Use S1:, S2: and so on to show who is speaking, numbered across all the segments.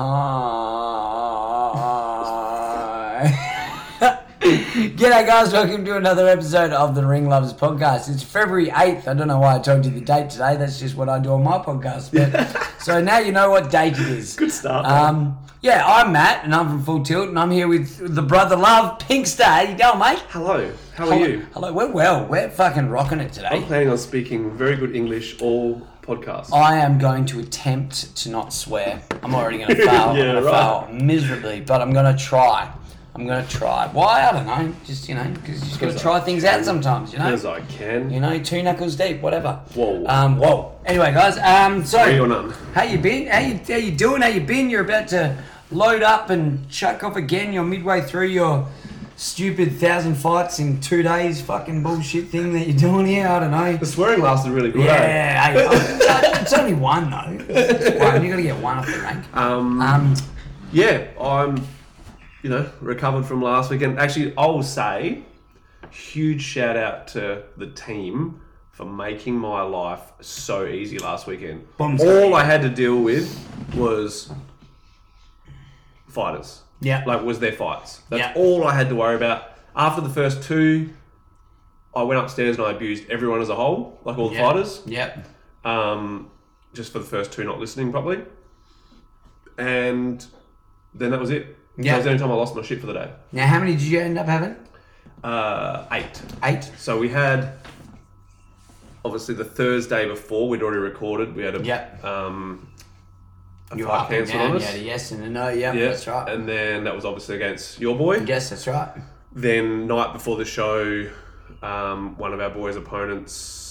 S1: Hi. G'day, guys. Welcome to another episode of the Ring Lovers podcast. It's February 8th. I don't know why I told you the date today. That's just what I do on my podcast. But, so now you know what date it is.
S2: Good start, mate.
S1: Um, yeah, I'm Matt, and I'm from Full Tilt, and I'm here with the brother love, Pinkster. How you going, mate?
S2: Hello, how are you?
S1: Hello. We're well. We're fucking rocking it today.
S2: I'm planning on speaking very good English all podcasts.
S1: I am going to attempt to not swear. I'm already going to fail.
S2: Yeah,
S1: I'm going to
S2: right.
S1: fail miserably, but I'm going to try. I'm going to try. Why? I don't know. Just, you know, because you just got to
S2: Because
S1: try
S2: I
S1: things out sometimes, you know?
S2: As I can.
S1: You know, two knuckles deep, whatever.
S2: Whoa.
S1: Um, whoa. Anyway, guys, um, so.
S2: Three or none.
S1: How you been? How you, how you doing? How you been? You're about to load up and chuck off again. You're midway through your stupid thousand fights in two days fucking bullshit thing that you're doing here. I don't know.
S2: The swearing lasted really good. eh?
S1: Yeah, hey, oh, it's only one though. It's One, you got to get one off the rank.
S2: Um,
S1: Um,
S2: yeah, I'm, you know, recovered from last weekend. Actually, I will say, huge shout out to the team for making my life so easy last weekend.
S1: Bombs
S2: all
S1: going.
S2: I had to deal with was fighters.
S1: Yeah.
S2: Like, was their fights. That's
S1: Yeah.
S2: all I had to worry about. After the first two, I went upstairs and I abused everyone as a whole, like all the fighters
S1: Yep.
S2: um, just for the first two not listening properly. And then that was it.
S1: Yeah.
S2: That was the only time I lost my shit for the day.
S1: Now, how many did you end up having?
S2: Uh, eight.
S1: Eight.
S2: So we had, obviously, the Thursday before we'd already recorded. We had a
S1: Yeah.
S2: um, a
S1: You're
S2: fight
S1: up and
S2: cancelled
S1: down.
S2: on us.
S1: You had a yes and a no. Yeah,
S2: Yeah.
S1: that's right.
S2: And then that was obviously against your boy.
S1: yes, that's right.
S2: Then night before the show, um, one of our boys' opponents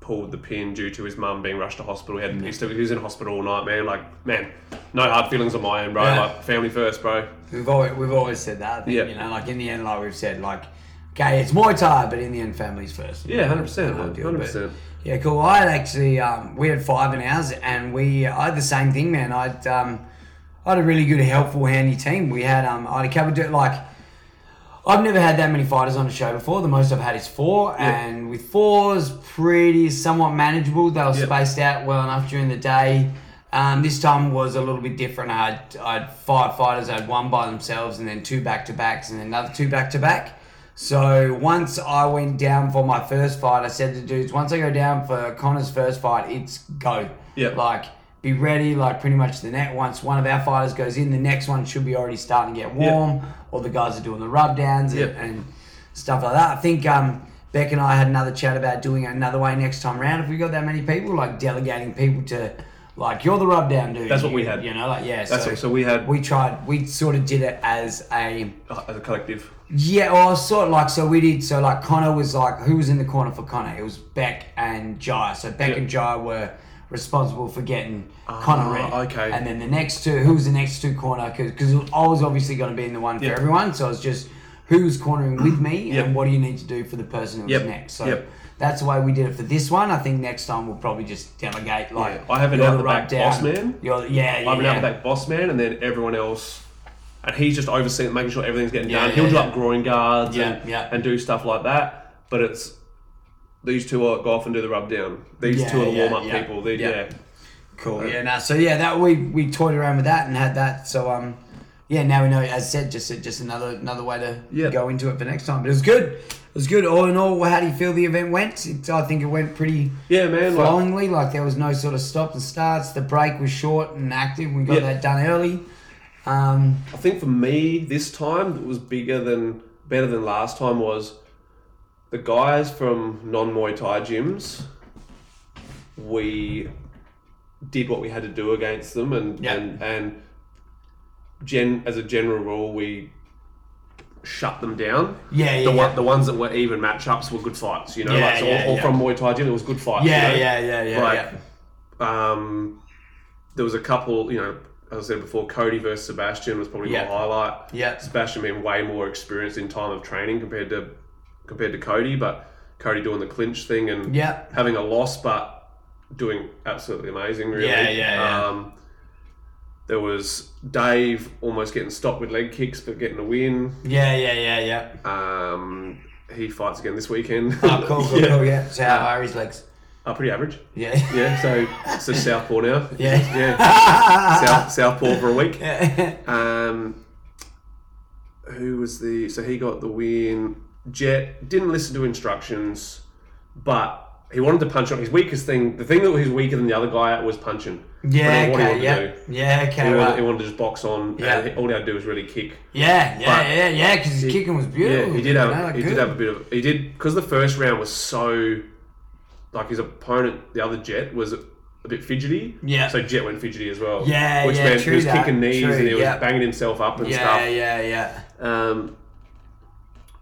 S2: pulled the pin due to his mum being rushed to hospital. He had he, still, he was in hospital all night, man. Like, man, no hard feelings on my end, bro.
S1: Yeah.
S2: Like, family first, bro.
S1: We've always we've always said that. I think,
S2: Yeah.
S1: You know, like in the end, like we've said, like okay, it's Muay Thai, but in the end, families first.
S2: Yeah, hundred percent,
S1: Kind of deal,
S2: hundred
S1: but-
S2: percent.
S1: Yeah, cool. I had actually um, we had five in ours, and we I had the same thing, man. I'd um, I had a really good, helpful, handy team. We had um, I had a couple of like I've never had that many fighters on a show before. The most I've had is four, and with fours, pretty somewhat manageable. They were
S2: Yeah.
S1: spaced out well enough during the day. Um, this time was a little bit different. I had, I had five fighters. I had one by themselves, and then two back to backs, and then another two back to back. So once I went down for my first fight, I said to dudes, once I go down for Connor's first fight, it's go.
S2: Yeah.
S1: Like be ready. Like pretty much the net. Once one of our fighters goes in, the next one should be already starting to get
S2: Yeah.
S1: warm all the guys are doing the rub downs and,
S2: Yep.
S1: and stuff like that. I think um, Beck and I had another chat about doing it another way next time round. If we got that many people, like delegating people to, like you're the rub down dude.
S2: That's what we
S1: You-
S2: had.
S1: You know, like yeah.
S2: That's
S1: so,
S2: it. So we had
S1: we tried. We sort of did it as a
S2: uh, as a collective.
S1: yeah. Well, sort of like so we did. So like Connor was like who was in the corner for Connor? It was Beck and Jai. So Beck
S2: Yep.
S1: and Jai were. Responsible for getting Connor ready.
S2: Ah, okay.
S1: And then the next two, who was the next two corner? Because I was obviously going to be in the one for
S2: Yeah.
S1: everyone. So it's just who's cornering with me
S2: Yep.
S1: and what do you need to do for the person who's
S2: Yep.
S1: next. So
S2: Yep.
S1: that's the way we did it for this one. I think next time we'll probably just delegate. Like
S2: Yeah. I have an
S1: you're
S2: out-the-back
S1: rub down,
S2: boss man.
S1: You're, yeah, yeah.
S2: I'm an
S1: yeah.
S2: outback boss man, and then everyone else. And he's just overseeing, making sure everything's getting
S1: Yeah,
S2: done.
S1: yeah,
S2: He'll do
S1: yeah.
S2: up groin guards
S1: Yeah,
S2: and,
S1: yeah.
S2: and do stuff like that. But it's these two are go off and do the rub down. These
S1: Yeah,
S2: two are the
S1: yeah,
S2: warm up
S1: yeah.
S2: people. They,
S1: Yeah.
S2: yeah.
S1: Cool. Yeah. No. So yeah, that we we toyed around with that and had that. So um, yeah. Now we know. As said, just just another another way to
S2: Yeah.
S1: go into it for next time. But it was good. It was good. All in all, how do you feel the event went? It, I think it went pretty
S2: Yeah, man. Like,
S1: flowingly. Like, there was no sort of stops and starts. The break was short and active. We got
S2: Yeah.
S1: that done early. Um,
S2: I think for me this time it was bigger than better than last time was the guys from non Muay Thai gyms. We did what we had to do against them, and
S1: Yeah.
S2: and and gen as a general rule we shut them down.
S1: Yeah, yeah,
S2: The,
S1: yeah.
S2: one, the ones that were even matchups were good fights, you know.
S1: Yeah,
S2: like, so
S1: yeah,
S2: all, all
S1: yeah.
S2: from Muay Thai gym, it was good fights.
S1: yeah,
S2: you know?
S1: yeah, yeah, yeah,
S2: Like,
S1: yeah.
S2: um, there was a couple, you know, as I said before, Cody versus Sebastian was probably
S1: Yeah.
S2: my highlight.
S1: Yeah.
S2: Sebastian being way more experienced in time of training compared to compared to Cody, but Cody doing the clinch thing and
S1: Yeah.
S2: having a loss but doing absolutely amazing really.
S1: Yeah, yeah, yeah.
S2: Um, there was Dave almost getting stopped with leg kicks but getting a win.
S1: Yeah, yeah, yeah, yeah.
S2: Uh, Um, he fights again this weekend.
S1: Oh, cool, cool,
S2: yeah.
S1: cool, yeah. So how are his legs?
S2: Uh, pretty average.
S1: Yeah.
S2: Yeah, so so Southpaw now.
S1: Yeah.
S2: Yeah. South Southpaw for a week.
S1: Yeah.
S2: Um, who was the? So he got the win. Jet didn't listen to instructions, but he wanted to punch on his weakest thing. The thing that was weaker than the other guy at was punching. I
S1: Yeah,
S2: don't know what he
S1: okay,
S2: wanted
S1: yeah.
S2: to do.
S1: Yeah, okay,
S2: He wanted,
S1: right.
S2: he wanted to just box on.
S1: Yeah.
S2: And he- all he had to do was really kick.
S1: Yeah, yeah,
S2: But-
S1: yeah, yeah, because his
S2: He-
S1: kicking was beautiful.
S2: Yeah, he did
S1: you
S2: have.
S1: know, like,
S2: he
S1: good.
S2: did have a bit of. He did because the first round was so, like his opponent, the other Jet was a bit fidgety.
S1: Yeah.
S2: So Jet went fidgety as well.
S1: Yeah,
S2: Which
S1: yeah,
S2: meant
S1: true
S2: he was
S1: that,
S2: kicking knees
S1: true,
S2: and he was
S1: yeah.
S2: banging himself up and
S1: Yeah,
S2: stuff.
S1: yeah, yeah.
S2: Um,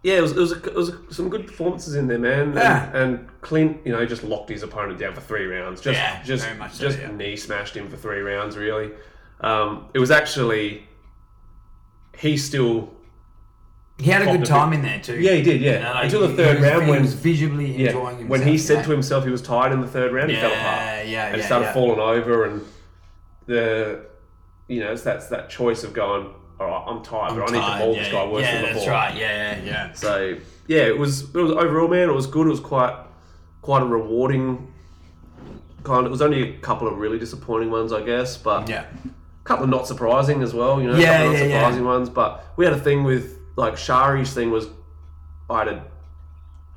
S2: yeah, it was, it was, a, it was some good performances in there, man.
S1: Yeah.
S2: And, and Clint, you know, just locked his opponent down for three rounds. Just,
S1: Yeah,
S2: just,
S1: very much so,
S2: just
S1: yeah.
S2: knee smashed him for three rounds. Really, um, it was actually he still.
S1: He had a
S2: Popped
S1: good
S2: a
S1: time in there too.
S2: Yeah, he did. Yeah,
S1: You know, like,
S2: until the
S1: he-
S2: third
S1: he was-
S2: round
S1: he
S2: when
S1: was visibly
S2: yeah,
S1: enjoying himself.
S2: when he said "Ah,
S1: yeah.
S2: to himself he was tired in the third round, he fell
S1: Yeah,
S2: apart.
S1: yeah,
S2: and
S1: yeah,
S2: started
S1: yeah.
S2: falling over, and the you know it's that's that choice of going, all right, I'm tired, but I need
S1: Tired,
S2: to maul
S1: Ah, yeah,
S2: this guy worse
S1: yeah,
S2: than before.
S1: that's right. Yeah, yeah, yeah.
S2: So yeah, it was it was overall man, it was good. It was quite quite a rewarding kind. Of, it was only a couple of really disappointing ones, I guess, but
S1: Yeah.
S2: a couple of not surprising as well. You know,
S1: Yeah,
S2: a couple of
S1: yeah,
S2: not
S1: yeah.
S2: surprising ones. But we had a thing with like Shari's thing was I had a,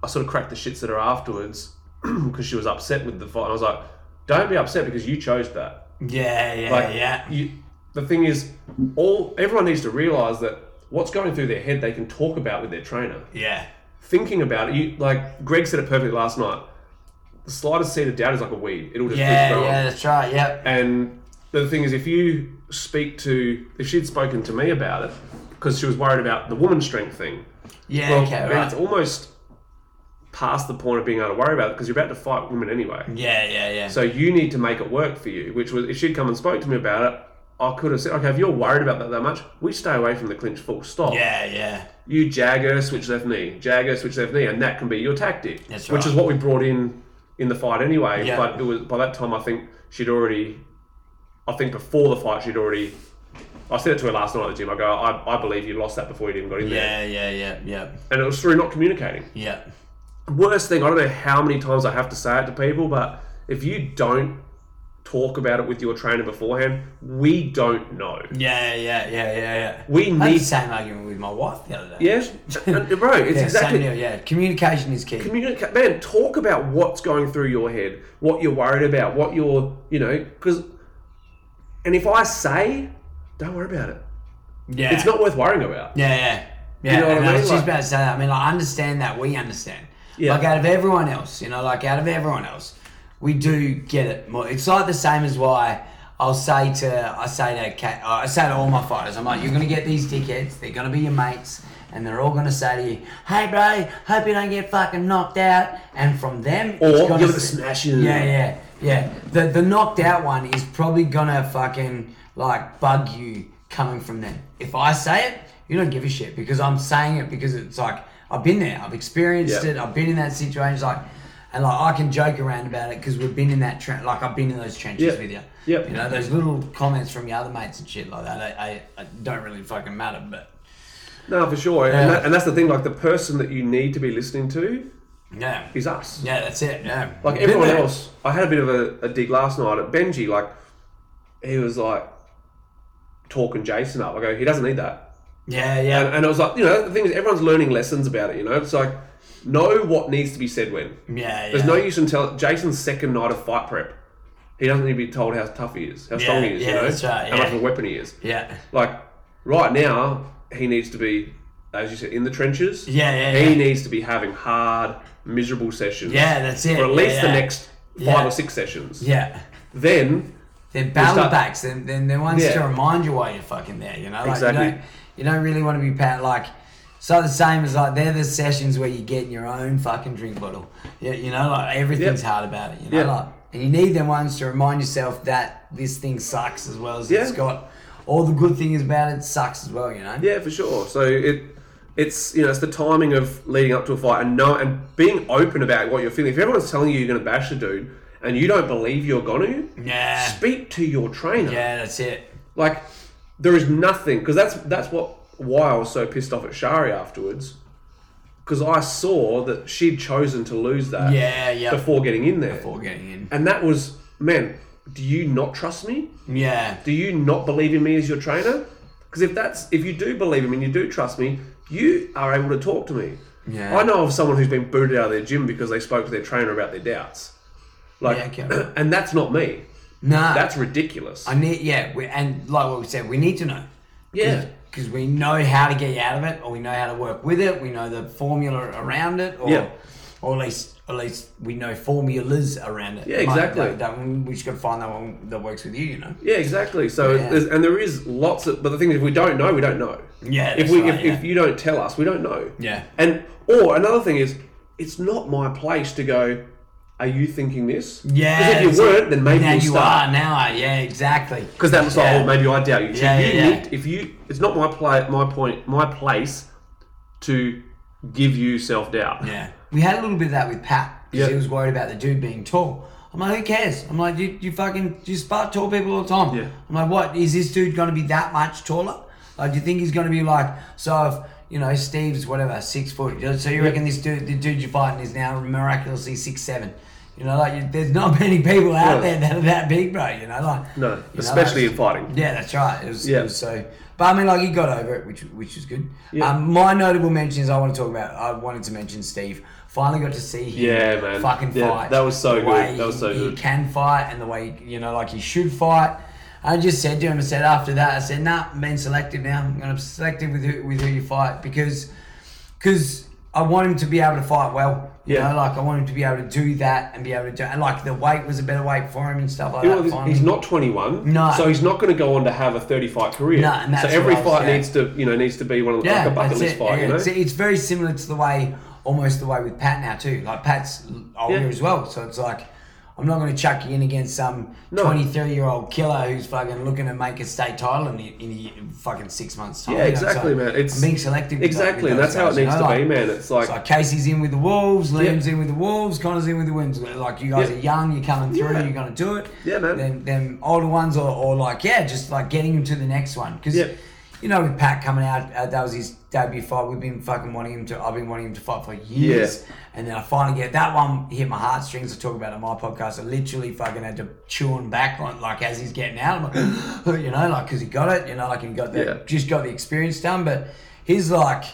S2: I sort of cracked the shits at her afterwards because she was upset with the fight. And I was like, don't be upset because you chose that.
S1: Yeah, yeah,
S2: Like,
S1: yeah.
S2: You, the thing is, all everyone needs to realize that what's going through their head they can talk about with their trainer
S1: Yeah.
S2: thinking about it, you like Greg said it perfectly last night. The slightest seed of doubt is like a weed; it'll just keep
S1: Yeah,
S2: growing.
S1: yeah, that's right. Yep.
S2: And the thing is, if you speak to, if she'd spoken to me about it, because she was worried about the woman strength thing.
S1: Yeah,
S2: Well,
S1: okay,
S2: man,
S1: right.
S2: it's almost past the point of being able to worry about it because you're about to fight women anyway.
S1: Yeah, yeah, yeah.
S2: So you need to make it work for you. Which was, if she'd come and spoke to me about it, I could have said, okay, if you're worried about that that much, we stay away from the clinch. Full stop
S1: yeah, yeah.
S2: you jagger, switch left knee, jagger, switch left knee, and that can be your tactic.
S1: That's
S2: Which is
S1: right.
S2: what we brought in in the fight anyway.
S1: Yeah.
S2: But it was by that time I think she'd already, I think before the fight she'd already. I said it to her last night at the gym. I go, I, I believe you lost that before you even got in there,
S1: Yeah, yeah, yeah, yeah,
S2: and it was through not communicating.
S1: yeah.
S2: Worst thing, I don't know how many times I have to say it to people, but if you don't talk about it with your trainer beforehand, we don't know.
S1: Yeah, yeah, yeah, yeah, yeah.
S2: We
S1: I had the
S2: need,
S1: same argument with my wife the other day.
S2: yes, And- and bro. It's
S1: yeah,
S2: exactly
S1: same deal. Yeah, communication is key.
S2: communicate man talk about what's going through your head what you're worried about what you're you know because and if i say don't worry about it
S1: yeah,
S2: it's not worth worrying about
S1: Yeah, yeah, yeah.
S2: know what I
S1: and I
S2: mean?
S1: was
S2: Like-
S1: just about to say that. I mean, I understand that we understand.
S2: Yeah.
S1: Like out of everyone else, you know, like out of everyone else, we do get it more. It's like the same as why I'll say to I say to Kat, I say to all my fighters, I'm like, you're gonna get these dickheads. They're gonna be your mates, and they're all gonna say to you, "Hey, bro, hope you don't get fucking knocked out." And from them,
S2: or
S1: it's
S2: you're
S1: gonna
S2: gonna
S1: s-
S2: smash it
S1: yeah, yeah, yeah. The the knocked out one is probably gonna fucking like bug you coming from them. If I say it, you don't give a shit because I'm saying it because it's like I've been there, I've experienced
S2: Yeah.
S1: it, I've been in that situation. It's like, and like I can joke around about it because we've been in that trench. Like I've been in those trenches
S2: Yeah.
S1: with you.
S2: Yep.
S1: You know those little comments from your other mates and shit like that. I, I, I don't really fucking matter, but
S2: no for sure
S1: Yeah.
S2: and, that, and that's the thing like the person that you need to be listening to
S1: yeah,
S2: is us
S1: yeah, that's it. Yeah,
S2: like
S1: Been
S2: everyone
S1: there.
S2: else i had a bit of a, a dig last night at benji like he was like talking jason up i go he doesn't need that
S1: Yeah, yeah,
S2: and, and I was like, you know, the thing is, everyone's learning lessons about it. You know, it's like know what needs to be said when.
S1: yeah, yeah.
S2: There's no use in telling Jason's second night of fight prep. He doesn't need to be told how tough he is, how strong he is,
S1: yeah,
S2: you know,
S1: that's right,
S2: how much
S1: yeah.
S2: of a weapon he is.
S1: yeah.
S2: Like right now, he needs to be, as you said, in the trenches.
S1: Yeah, yeah,
S2: He
S1: yeah.
S2: needs to be having hard, miserable sessions.
S1: Yeah, that's it.
S2: For at
S1: Yeah,
S2: least
S1: yeah.
S2: the next five
S1: Yeah.
S2: or six sessions.
S1: Yeah.
S2: Then
S1: They're battle
S2: start-
S1: backs. Then then they're ones
S2: Yeah.
S1: to remind you why you're fucking there. You know, like
S2: Exactly.
S1: you, don't, you don't really want to be pat like. So the same as like they're the sessions where you get your own fucking drink bottle. Yeah, you know, like everything's
S2: Yeah.
S1: hard about it. You know,
S2: Yeah.
S1: like And you need them ones to remind yourself that this thing sucks as well as it's
S2: Yeah.
S1: got all the good things about it sucks as well, you know?
S2: Yeah, for sure. So it it's you know it's the timing of leading up to a fight and know and being open about what you're feeling. If everyone's telling you you're going to bash a dude and you don't believe you're going to,
S1: Yeah.
S2: speak to your trainer.
S1: Yeah, that's it.
S2: Like there is nothing because that's that's what why I was so pissed off at Shari afterwards because I saw that she'd chosen to lose that
S1: Yeah, yeah.
S2: before getting in there.
S1: Before getting in.
S2: And that was man, do you not trust me?
S1: Yeah.
S2: do you not believe in me as your trainer? Because if that's if you do believe in me and you do trust me, you are able to talk to me.
S1: Yeah.
S2: I know of someone who's been booted out of their gym because they spoke to their trainer about their doubts. Like,
S1: Yeah, okay.
S2: and that's not me.
S1: Nah.
S2: That's ridiculous.
S1: I need, yeah, we, and like what we said, we need to know.
S2: yeah.
S1: Because we know how to get you out of it, or we know how to work with it, we know the formula around it, or,
S2: Yeah.
S1: or at least at least we know formulas around it.
S2: Yeah,
S1: Like,
S2: exactly.
S1: That, that one, we just got to find that one that works with you, you know?
S2: Yeah, exactly. So,
S1: Yeah.
S2: there's and there is lots of, but the thing is, if we don't know, we don't know.
S1: Yeah,
S2: If
S1: that's
S2: we,
S1: right,
S2: if,
S1: yeah.
S2: if you don't tell us, we don't know.
S1: Yeah.
S2: And or another thing is, it's not my place to go. Are you thinking this? 'Cause
S1: Yeah.
S2: if you
S1: so-
S2: weren't, then maybe
S1: now
S2: you'll
S1: you
S2: start.
S1: are now. Yeah, exactly.
S2: Because that was like,
S1: Yeah.
S2: oh, maybe I doubt you. So
S1: Yeah,
S2: you
S1: yeah, yeah.
S2: need- if you, it's not my play, my point, my place to give you self doubt.
S1: Yeah, we had a little bit of that with Pat because
S2: Yeah.
S1: he was worried about the dude being tall. I'm like, who cares? I'm like, you, you fucking you spot tall people all the time.
S2: Yeah.
S1: I'm like, what is this dude going to be that much taller? Like, do you think he's going to be like so? If you know, Steve's whatever six foot. So you reckon this dude, the dude you're fighting, is now miraculously six seven? You know, like you, there's not many people out
S2: No.
S1: there that are that big, bro. You know, like
S2: No,
S1: you know,
S2: especially
S1: like-
S2: in fighting.
S1: yeah, that's right. It was,
S2: Yeah.
S1: it was so. But I mean, like he got over it, which which is good. Um, my notable mentions I want to talk about. I wanted to mention Steve. Finally got to see him.
S2: Yeah, man.
S1: Fucking
S2: Yeah,
S1: fight.
S2: that was so
S1: The
S2: good.
S1: way
S2: That was so
S1: he, He
S2: good.
S1: can fight, and the way you know, like he should fight. I just said to him, I said after that, I said, "Nah, I'm being selective now. I'm going to be selective with who, with who you fight because." because I want him to be able to fight well. You
S2: Yeah.
S1: know, like I want him to be able to do that and be able to do and like the weight was a better weight for him and stuff like
S2: You know,
S1: that.
S2: he's-
S1: finally.
S2: he's not 21,
S1: No.
S2: so he's not going to go on to have a 30 fight career.
S1: No, and
S2: so
S1: that's
S2: every
S1: what I was
S2: fight
S1: saying.
S2: needs to, you know, needs to be one of the
S1: yeah,
S2: like a bucket
S1: that's
S2: list
S1: it.
S2: fight.
S1: yeah,
S2: You know?
S1: it's, it's very similar to the way almost the way with Pat now too. Like Pat's older
S2: Yeah.
S1: as well, so it's like I'm not going to chuck you in against some
S2: No.
S1: 23 year old killer who's fucking looking to make a state title in, in, in fucking six months time.
S2: Yeah,
S1: you know, so
S2: exactly, man. It's
S1: I'm being selective. with tho-
S2: exactly,
S1: with
S2: and
S1: those
S2: that's how it
S1: guys, you
S2: needs
S1: know,
S2: to
S1: like-
S2: be, man. It's like,
S1: So Casey's in with the Wolves, Liam's in with the Wolves, Connor's in with the Wolves. Like you guys
S2: Yeah.
S1: are young, you're coming through,
S2: Yeah.
S1: you're gonna do it.
S2: Yeah, man.
S1: Them, them older ones, or, or like yeah, just like getting him to the next one because
S2: Yeah.
S1: you know with Pat coming out, uh, that was his debut fight. We've been fucking wanting him to. I've been wanting him to fight for years, and then I finally get that one hit my heartstrings. I talk about it on my podcast. I literally fucking had to chew him back on like as he's getting out. I'm like, you know, like because he got it, you know, like and he got the
S2: Yeah.
S1: just got the experience done, but he's like.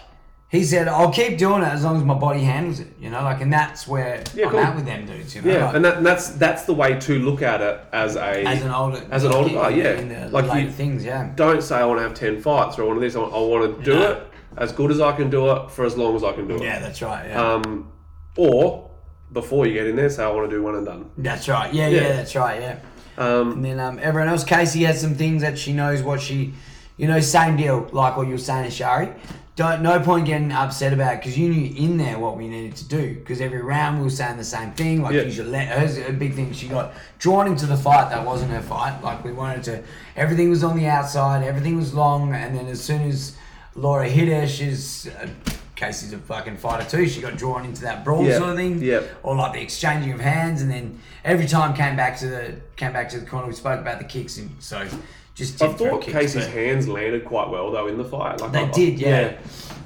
S1: He said, "I'll keep doing it as long as my body handles it." You know, like, and that's where
S2: Yeah,
S1: I'm
S2: cool.
S1: at with them dudes. You know,
S2: yeah,
S1: like,
S2: and, that, and that's that's the way to look at it as a
S1: as an older,
S2: as an older guy. Yeah,
S1: in the
S2: like
S1: later
S2: you,
S1: things, yeah,
S2: don't say I want to have 10 fights or I want to this. I want, I want to do
S1: No.
S2: it as good as I can do it for as long as I can do it.
S1: yeah, that's right, yeah,
S2: Um, or before you get in there, say I want to do one and done.
S1: that's right, yeah, yeah,
S2: yeah.
S1: that's right, yeah.
S2: Um,
S1: And then um, everyone else, Casey has some things that she knows what she, you know, same deal like what you were saying, Shari. Don't no point getting upset about because you knew in there what we needed to do because every round we were saying the same thing. Like
S2: Yeah.
S1: you should let hers a big thing. She got drawn into the fight that wasn't her fight. Like we wanted to, everything was on the outside, everything was long, and then as soon as Laura hit her, she's. Uh, Casey's a fucking fighter too. She got drawn into that brawl
S2: Yeah.
S1: sort of thing
S2: Yeah.
S1: or like the exchanging of hands, and then every time came back to the came back to the corner. We spoke about the kicks, and so just
S2: I
S1: didn't throw
S2: thought
S1: kicks,
S2: Casey's
S1: but
S2: hands landed quite well though in the fight. Like
S1: they
S2: I-
S1: did, yeah.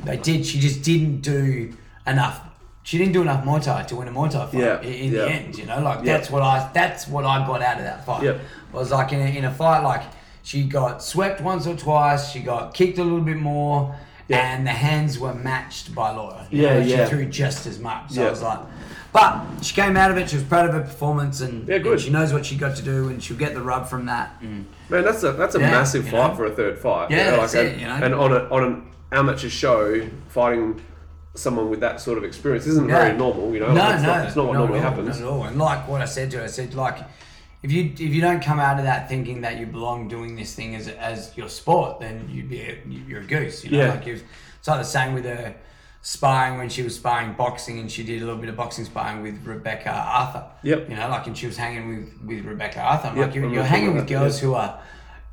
S1: they did. She just didn't do enough. She didn't do enough Muay Thai to win a Muay Thai fight
S2: Yeah,
S1: i- in
S2: yeah.
S1: the end. You know, like
S2: Yeah.
S1: that's what I that's what I got out of that fight.
S2: Yeah.
S1: Was like in a, in a fight like she got swept once or twice. She got kicked a little bit more.
S2: Yeah.
S1: And the hands were matched by Laura. You
S2: Yeah,
S1: know,
S2: yeah.
S1: She threw just as much. So I
S2: Yeah.
S1: was like, but she came out of it. She was proud of her performance, and,
S2: Yeah, good.
S1: and she knows what she got to do, and she'll get the rub from that. And
S2: Man, that's a that's a
S1: Yeah,
S2: massive
S1: you
S2: fight
S1: know?
S2: for a third fight.
S1: Yeah, that's
S2: like
S1: it,
S2: and-
S1: you know?
S2: And on a, on an amateur show, fighting someone with that sort of experience isn't very normal. You know,
S1: No,
S2: Like, it's
S1: no,
S2: not, it's not what
S1: at
S2: normally
S1: all,
S2: happens.
S1: Not at all. And like what I said to her, I said like, if you if you don't come out of that thinking that you belong doing this thing as as your sport, then you'd be a, you're a goose. You know,
S2: Yeah.
S1: like you've, it's like the same with her sparring when she was sparring boxing, and she did a little bit of boxing sparring with Rebecca Arthur.
S2: Yep.
S1: You know, like, and she was hanging with with Rebecca Arthur. I'm
S2: Yep,
S1: like, you're,
S2: I
S1: you're
S2: remember
S1: hanging with
S2: that,
S1: girls
S2: yeah.
S1: who are,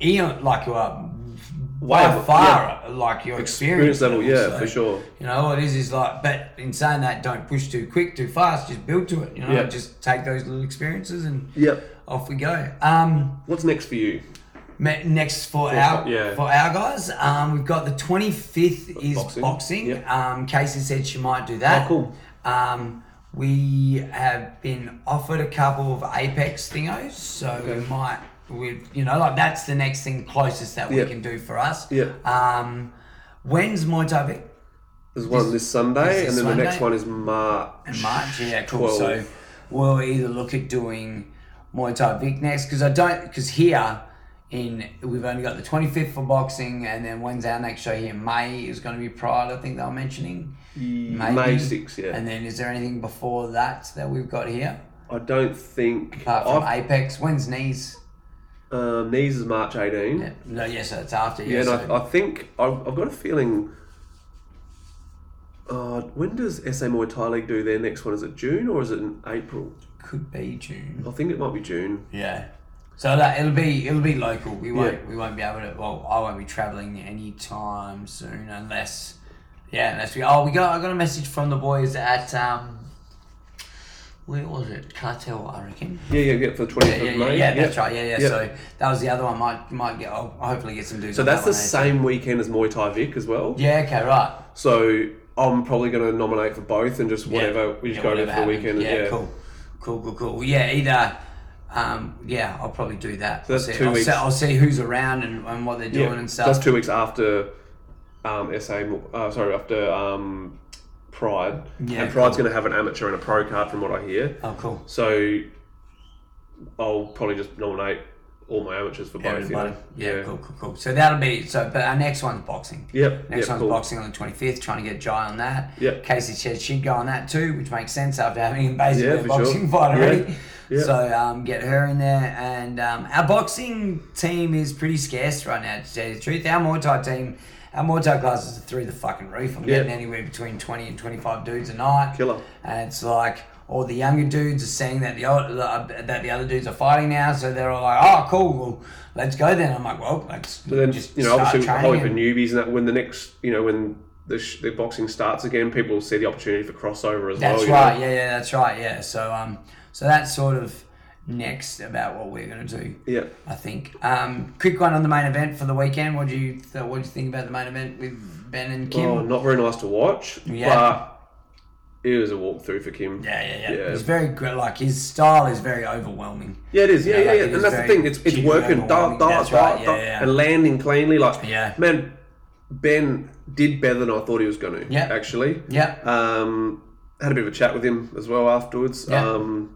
S1: eon, like, who are
S2: Way
S1: by
S2: above-
S1: far like your experience,
S2: Experience level, yeah,
S1: so,
S2: for sure.
S1: You know, all it is is like, but in saying that, don't push too quick, too fast. Just build to it. You know,
S2: Yeah.
S1: just take those little experiences and
S2: Yep.
S1: off we go. Um,
S2: What's next for you?
S1: Me- next for our
S2: yeah.
S1: for our guys. Um, we've got the 25th is
S2: Boxing,
S1: boxing.
S2: yep.
S1: Um, Casey said she might do that.
S2: Oh, cool.
S1: Um, we have been offered a couple of Apex thingos, so we might we you know like that's the next thing closest that
S2: Yep.
S1: we can do for us.
S2: Yep.
S1: Um, when's Muay Thai Vic?
S2: There's one this Sunday,
S1: this
S2: and then the next
S1: Sunday?
S2: one is March.
S1: in March. Yeah, cool.
S2: 12.
S1: So we'll either look at doing Muay Thai Vic next because I don't because here in we've only got the 25th for boxing and then when's our next show here? May is going to be Pride. I think they were mentioning
S2: Mm, May 6, yeah.
S1: And then is there anything before that that we've got here
S2: I don't think.
S1: apart from
S2: I've-
S1: Apex? When's knees?
S2: um, knees is March 18.
S1: No, yes, that's after.
S2: Yeah,
S1: Yes,
S2: and I, I think I've, I've got a feeling. Uh, when does SA Muay Thai League do their next one? Is it June or is it in April?
S1: could be June.
S2: I think it might be June.
S1: Yeah. So that it'll be it'll be local. We won't
S2: Yeah.
S1: we won't be able to. Well, I won't be traveling anytime soon unless, yeah, unless we. Oh, we got I got a message from the boys at um, where was it? Cartel, I reckon.
S2: Yeah, yeah, yeah, for the 25th
S1: Yeah, yeah,
S2: of
S1: yeah,
S2: May.
S1: yeah, that's right. Yeah, yeah.
S2: Yep.
S1: So that was the other one. Might might get. I'll hopefully get some dudes.
S2: So
S1: on
S2: that's
S1: that
S2: the
S1: one, eh?
S2: same weekend as Muay Thai Vic as well.
S1: Yeah. Okay. Right.
S2: So I'm probably going to nominate for both and just whatever we just
S1: Yeah,
S2: go over
S1: whatever
S2: for the
S1: happens.
S2: weekend.
S1: Yeah,
S2: and, yeah.
S1: Cool. Cool. Cool. Cool. Well, yeah. Either. Um, yeah, I'll probably do that.
S2: that's
S1: I'll see,
S2: two
S1: I'll
S2: weeks.
S1: See, I'll see who's around and, and what they're doing
S2: Yeah,
S1: and
S2: so
S1: stuff.
S2: that's two weeks after um, SA. Uh, sorry, after um, Pride.
S1: Yeah,
S2: and Pride's going to have an amateur and a pro card, from what I hear.
S1: Oh, cool.
S2: So I'll probably just nominate all my amateurs for both. you know?
S1: Everybody. Yeah, cool, cool, cool. So that'll be so. But our next one's boxing.
S2: Yep,
S1: Next
S2: yep,
S1: one's
S2: cool.
S1: boxing on the twenty fifth. Trying to get Jai on that.
S2: Yep.
S1: Casey said she'd go on that too, which makes sense after having him basically
S2: Yeah,
S1: a
S2: for sure.
S1: boxing fight
S2: Yeah,
S1: already.
S2: yeah.
S1: So um, get her in there, and um, our boxing team is pretty scarce right now. To tell you the truth, our Muay Thai team, our Muay Thai classes are through the fucking roof. I'm
S2: Yeah.
S1: getting anywhere between twenty and twenty five dudes a night.
S2: Killer.
S1: And it's like all the younger dudes are seeing that the old, that the other dudes are fighting now, so they're all like, "Oh, cool, well, let's go then." I'm like, "Well, let's
S2: But then
S1: just
S2: you know,
S1: start
S2: obviously, probably for
S1: training."
S2: newbies and that. When the next, you know, when the, sh- the boxing starts again, people will see the opportunity for crossover as
S1: That's
S2: well. you know?
S1: right. Yeah, yeah, that's right. Yeah. So um, so that's sort of next about what we're gonna do.
S2: Yeah.
S1: I think. Um, quick one on the main event for the weekend. What do you th- what do you think about the main event with Ben and Kim?
S2: Oh, not very nice to watch.
S1: Yeah.
S2: But it was a walkthrough for Kim.
S1: yeah, yeah, yeah.
S2: Yeah.
S1: He's very great. Like his style is very overwhelming.
S2: Yeah, it is. Yeah,
S1: Yeah,
S2: yeah,
S1: like
S2: yeah.
S1: it is
S2: And that's the
S1: very
S2: thing. It's it's
S1: cheap
S2: working.
S1: overall.
S2: Dart, dart,
S1: That's right,
S2: dart,
S1: yeah,
S2: dart,
S1: yeah.
S2: and landing cleanly. Like,
S1: Yeah.
S2: man, Ben did better than I thought he was going to.
S1: Yeah.
S2: actually.
S1: Yeah.
S2: Um, had a bit of a chat with him as well afterwards.
S1: Yeah.
S2: Um,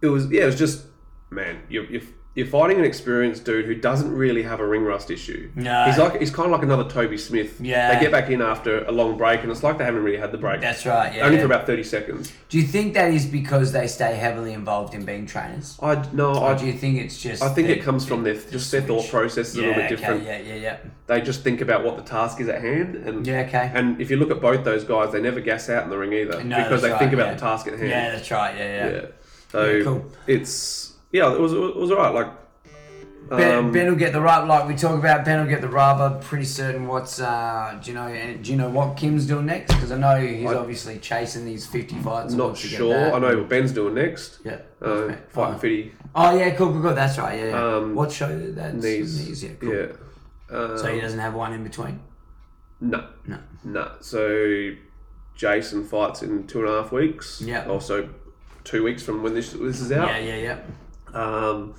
S2: it was yeah, it was just man, you're, you're you're fighting an experienced dude who doesn't really have a ring rust issue.
S1: No.
S2: he's like he's kind of like another Toby Smith.
S1: Yeah.
S2: they get back in after a long break, and it's like they haven't really had the break.
S1: That's right. Yeah.
S2: only
S1: yeah.
S2: for about thirty seconds.
S1: Do you think that is because they stay heavily involved in being trainers?
S2: I no,
S1: Or
S2: I
S1: do you think it's just?
S2: I think
S1: the-
S2: it comes from their just their thought process is a
S1: yeah,
S2: little bit different.
S1: Okay, yeah, yeah, yeah.
S2: They just think about what the task is at hand, and
S1: Yeah, okay.
S2: And if you look at both those guys, they never gas out in the ring either
S1: No,
S2: because
S1: that's
S2: they think
S1: right,
S2: about
S1: yeah.
S2: the task at hand.
S1: Yeah, that's right. Yeah, yeah.
S2: Yeah. So
S1: Yeah, cool.
S2: it's yeah, it was it was alright. Like
S1: Ben,
S2: um,
S1: ben will get the rub, like we talk about. Ben will get the rub. I'm pretty certain what's. Uh, do you know? and Do you know what Kim's doing next? Because I know he's
S2: I-
S1: obviously chasing these 50 fights. and
S2: not
S1: wants to get
S2: sure.
S1: that.
S2: I know what Ben's doing next.
S1: Yeah.
S2: Uh,
S1: Okay.
S2: fighting
S1: Oh.
S2: Fitty
S1: Oh yeah, cool, cool, cool. That's right. Yeah. yeah.
S2: Um,
S1: what show? That's
S2: knees.
S1: knees, Yeah. Cool.
S2: Yeah. Um,
S1: So he doesn't have one in between.
S2: no,
S1: No.
S2: no. So Jason fights in two and a half weeks.
S1: Yeah.
S2: Also, two weeks from when this this is
S1: Yeah,
S2: out.
S1: yeah, yeah,
S2: Um,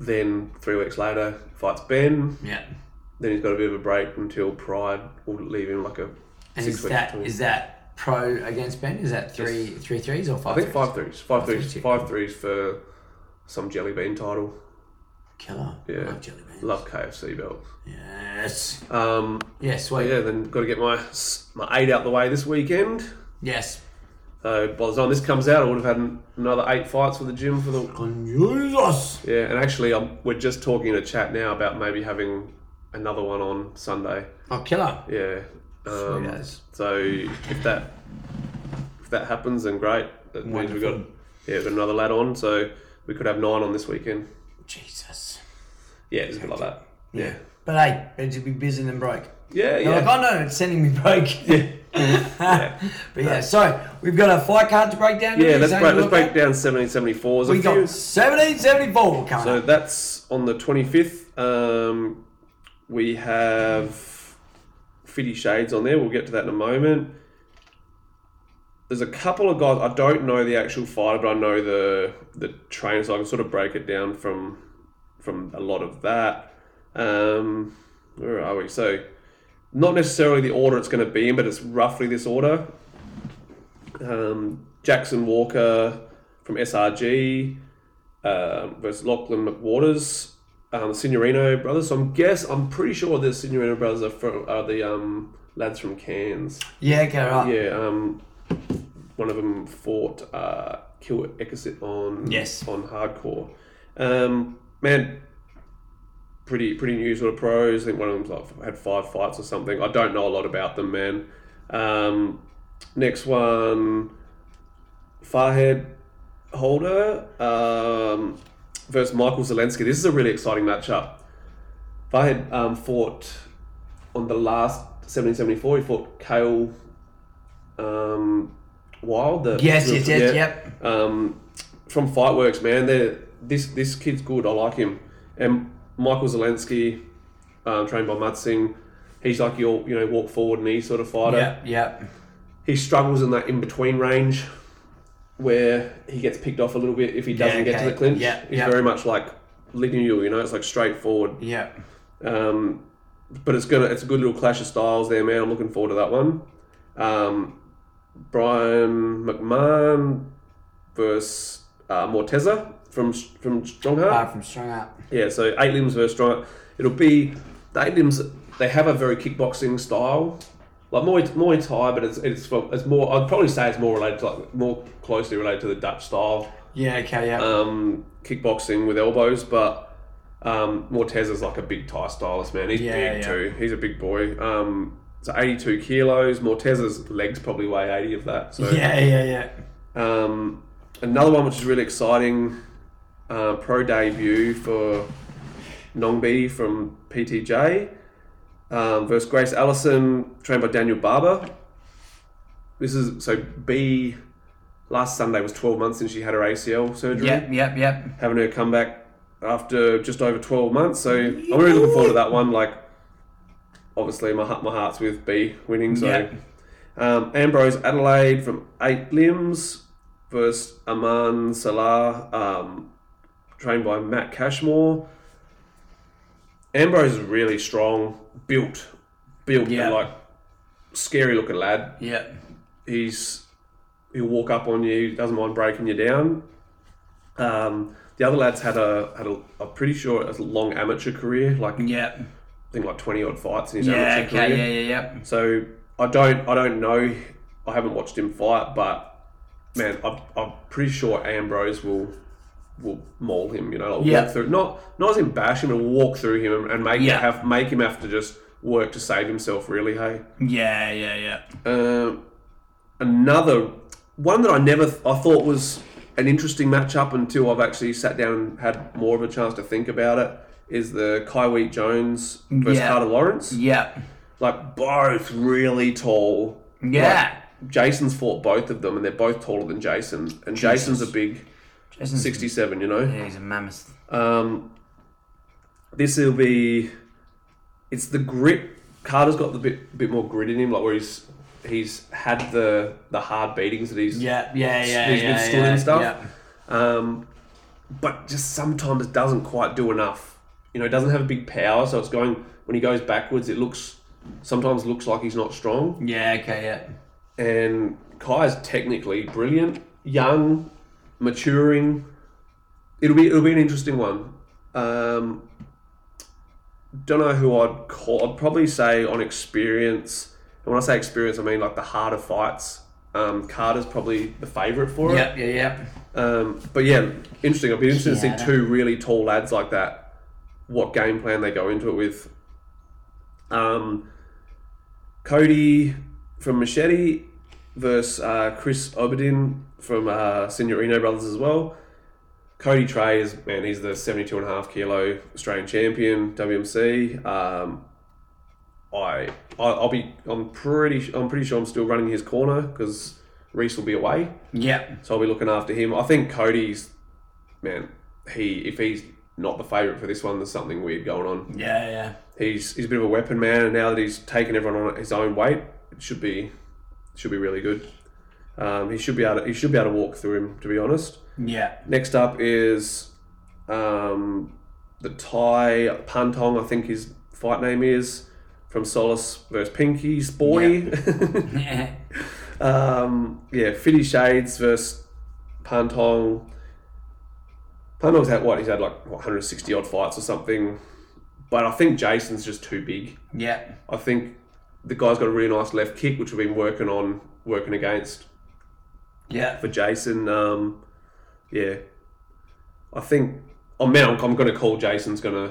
S2: then three weeks later, fights Ben.
S1: yeah.
S2: Then he's got a bit of a break until Pride will leave him like a
S1: And
S2: six
S1: is
S2: weeks
S1: that
S2: between.
S1: is that pro against Ben? Is that three three threes or five?
S2: I think
S1: threes?
S2: five threes, five threes,
S1: threes, yeah.
S2: five threes for some jelly bean title.
S1: Killer.
S2: Yeah.
S1: Love jelly beans.
S2: Love KFC belts.
S1: Yes.
S2: Um,
S1: Yes. Sweet.
S2: yeah, then got to get my my eight out the way this weekend.
S1: Yes.
S2: So by the time this comes out, I would have had another eight fights for the gym for the
S1: Jesus.
S2: yeah. And actually, i we're just talking in a chat now about maybe having another one on Sunday.
S1: Oh, killer.
S2: Yeah, Um,
S1: Sweet as.
S2: So if that if that happens, then great. That means we've got yeah we've got another lad on, so we could have nine on this weekend.
S1: Jesus.
S2: Yeah, it's a bit like that. Yeah,
S1: But hey, better to be busy than broke.
S2: yeah,
S1: You're
S2: yeah.
S1: like, oh no, it's sending me broke.
S2: yeah.
S1: But yeah, so we've got a fight card to break down.
S2: Yeah,
S1: Is
S2: let's
S1: that
S2: break,
S1: what
S2: let's
S1: we've got?
S2: break down 1774. There's a
S1: We got
S2: few-
S1: 1774 coming
S2: So
S1: up.
S2: that's on the 25th. Um, we have Fifty Shades on there. We'll get to that in a moment. There's a couple of guys. I don't know the actual fighter, but I know the the trainer, so I can sort of break it down from from a lot of that. Um, where are we? So not necessarily the order it's going to be in, but it's roughly this order. Um, Jackson Walker from SRG um, versus Lachlan McWaters, um, the Signorino brothers. So I'm guess I'm pretty sure the Signorino brothers are, from, are the um, lads from Cairns.
S1: yeah, okay, right.
S2: Yeah, um, one of them fought uh, Kill Ekisit on
S1: Yes.
S2: on hardcore. Um, man, pretty pretty new sort of pros. I think one of them's like had five fights or something. I don't know a lot about them, man. Um, next one, Farhead Holder um, versus Michael Zelensky. This is a really exciting matchup. Farhead um, fought on the last 1774. He fought Kale um, Wild. The,
S1: Yes, yes, yes,
S2: yeah.
S1: yep.
S2: Um, from Fightworks, man. They're, this this kid's good. I like him. And Michael Zelensky, um, trained by Matt Singh, he's like your you know walk forward knee sort of fighter
S1: Yep, yep.
S2: he struggles in that in between range where he gets picked off a little bit if he doesn't get to
S1: okay.
S2: the clinch.
S1: Yeah,
S2: He's
S1: yeah.
S2: very much like lineal, you know, it's like straightforward.
S1: Yep.
S2: Um, but it's gonna it's a good little clash of styles there, man. I'm looking forward to that one. Um, Brian McMahon versus uh, Morteza from from Strongheart.
S1: Apart from strung up.
S2: Yeah, so eight limbs versus strong. It'll be the eight limbs. They have a very kickboxing style, like Muay, Muay Thai, but it's it's it's more. I'd probably say it's more related to like more closely related to the Dutch style
S1: Yeah, okay, yeah.
S2: um, kickboxing with elbows, but um, Mortez is like a big Thai stylist, man. He's
S1: Yeah,
S2: big
S1: yeah.
S2: too. He's a big boy. Um, so 82 kilos. Mortez's legs probably weigh 80 of that. So
S1: yeah, yeah, yeah.
S2: um, another one which is really exciting, uh, pro debut for Nongbi from PTJ um, versus Grace Allison, trained by Daniel Barber. This is so B. Last Sunday was 12 months since she had her ACL surgery.
S1: Yep, yep, yep.
S2: Having her come back after just over 12 months. So I'm really looking forward to that one. Like, obviously, my, heart- my heart's with B winning. So.
S1: Yep.
S2: Um, Ambrose Adelaide from Eight Limbs versus Aman Salah, um, trained by Matt Cashmore. Ambrose is really strong, built, built,
S1: Yeah.
S2: and like scary looking lad.
S1: Yep.
S2: He's he'll walk up on you, doesn't mind breaking you down. Um, the other lads had a had a, I'm pretty sure it was a long amateur career, like I
S1: Yep.
S2: think like twenty odd fights in his
S1: Yeah,
S2: amateur
S1: okay,
S2: career.
S1: yeah, yeah, yep.
S2: So I don't I don't know. I haven't watched him fight, but man, I'm, I'm pretty sure Ambrose will will maul him. You know, like
S1: Yeah.
S2: walk through not not as in bash him, but walk through him and, and make
S1: Yeah.
S2: him have make him have to just work to save himself. Really, hey.
S1: Yeah, yeah, yeah.
S2: Um, another one that I never th- I thought was an interesting matchup until I've actually sat down and had more of a chance to think about it is the Kaiwi Jones versus
S1: Yeah.
S2: Carter Lawrence.
S1: Yep.
S2: Like both really tall.
S1: Yeah.
S2: Jason's fought both of them, and they're both taller than Jason. And Jason's a big
S1: Jason's-
S2: sixty-seven. You know,
S1: Yeah, he's a mammoth.
S2: um, this will be. It's the grit. Carter's got the bit bit more grit in him, like where he's he's had the the hard beatings that he's
S1: Yep, yeah, yeah,
S2: He's
S1: yeah.
S2: been schooling
S1: yeah,
S2: and stuff.
S1: Yep.
S2: um, but just sometimes it doesn't quite do enough. You know, it doesn't have a big power, so it's going when he goes backwards. It looks sometimes looks like he's not strong.
S1: Yeah, okay, yeah.
S2: and Kai's technically brilliant, young, maturing. It'll be it'll be an interesting one. Um, don't know who I'd call. I'd probably say on experience. And when I say experience, I mean like the harder fights. Um, Carter's probably the favourite for it.
S1: Yep, yeah, yep.
S2: Um, but yeah, interesting. I'd be interested
S1: Yeah,
S2: to
S1: that-
S2: see two really tall lads like that. What game plan they go into it with. Um, Cody from Machete versus uh, Chris Obedin from uh, Signorino Brothers as well. Cody Trey is, man, he's the 72 and a half kilo Australian champion, WMC. Um, I, I, I'll be, I'm pretty, su- I'm pretty sure I'm still running his corner because Reese will be away.
S1: Yep.
S2: So I'll be looking after him. I think Cody's, man, he, if he's not the favourite for this one, there's something weird going on
S1: Yeah, yeah.
S2: he's he's a bit of a weapon man, and now that he's taken everyone on his own weight, it should be should be really good. Um, he should be able to, he should be able to walk through him. To be honest,
S1: Yeah.
S2: next up is um, the Thai Pantong, I think his fight name is from Solace versus Pinky's boy. um, yeah, Fitty Shades versus Pantong. Pantong's had what? He's had like what, 160 odd fights or something. But I think Jason's just too big.
S1: yeah.
S2: I think the guy's got a really nice left kick, which we've been working on, working against
S1: Yeah.
S2: for Jason. Um, yeah, I think. Oh man, I'm, I'm gonna call Jason's gonna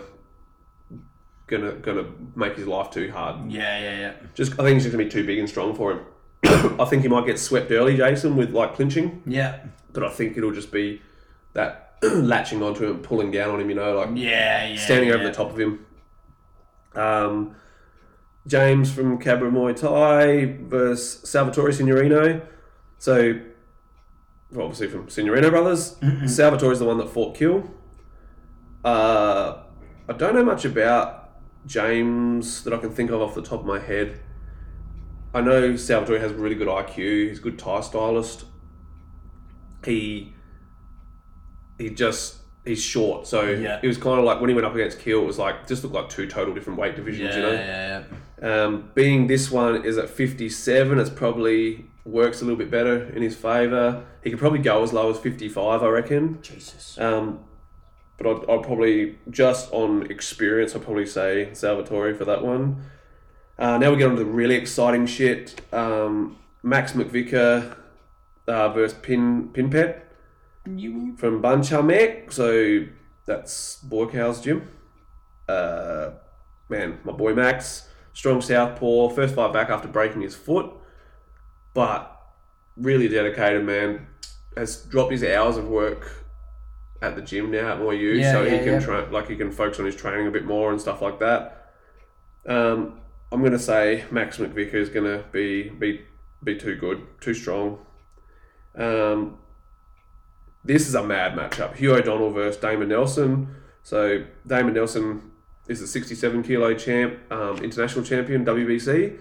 S2: gonna gonna make his life too hard.
S1: Yeah, yeah, yeah.
S2: Just I think he's just gonna be too big and strong for him. I think he might get swept early, Jason, with like clinching,
S1: Yeah.
S2: but I think it'll just be that latching onto him, pulling down on him. You know, like
S1: Yeah, yeah.
S2: standing
S1: yeah.
S2: over the top of him. Um, James from Cabra Muay Thai versus Salvatore Signorino. So, well, obviously from Signorino Brothers. Salvatore's the one that fought Kill. Uh, I don't know much about James that I can think of off the top of my head. I know Salvatore has really good IQ. He's a good Thai stylist. He he just he's short, so
S1: Yeah.
S2: it was kind of like when he went up against Keel, it was like just looked like two total different weight
S1: Yeah,
S2: divisions, you know.
S1: yeah,
S2: Um, being this one is at 57, it's probably works a little bit better in his favour. He could probably go as low as 55, I reckon.
S1: Jesus.
S2: Um, but I'd, I'd probably, just on experience, I'd probably say Salvatore for that one. Uh, now we get on to the really exciting shit. Um, Max McVicker uh, versus Pin Pinpet from Banchamek. So that's Borkow's gym. Uh, man, my boy Max, strong southpaw, first fight back after breaking his foot, but really dedicated man. Has dropped his hours of work at the gym now at Moyu,
S1: Yeah,
S2: so he
S1: yeah,
S2: can
S1: yeah.
S2: tra- like he can focus on his training a bit more and stuff like that. Um, I'm gonna say Max McVicker is gonna be be be too good, too strong. Um, this is a mad matchup. Hugh O'Donnell versus Damon Nelson. So Damon Nelson is the 67 kilo champ, um, international champion, WBC,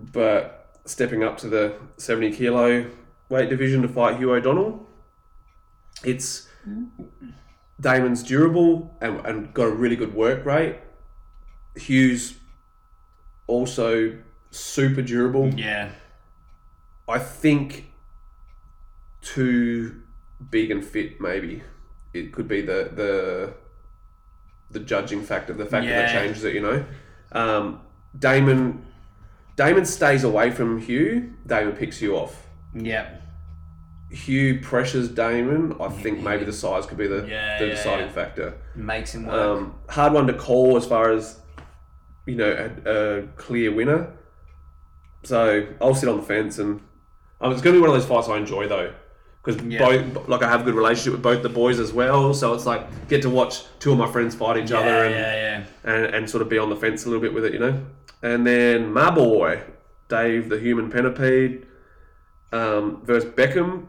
S2: but stepping up to the 70 kilo weight division to fight Hugh O'Donnell. It's Damon's durable and, and got a really good work rate. Hugh's also super durable.
S1: Yeah.
S2: I think too big and fit maybe it could be the the the judging factor the factor
S1: Yeah.
S2: that changes it you know um, Damon Damon stays away from Hugh Damon picks you off
S1: Yeah.
S2: Hugh pressures Damon I think maybe the size could be the,
S1: Yeah,
S2: the
S1: yeah,
S2: deciding
S1: yeah.
S2: factor
S1: Makes him work.
S2: um, hard one to call as far as you know a, a clear winner. So I'll sit on the fence, and um, it's going to be one of those fights I enjoy though, because
S1: Yeah.
S2: both like I have a good relationship with both the boys as well. So it's like get to watch two of my friends fight each other
S1: yeah,
S2: and,
S1: yeah,
S2: and and sort of be on the fence a little bit with it, you know. And then my boy Dave, the human centipede, um, versus Beckham.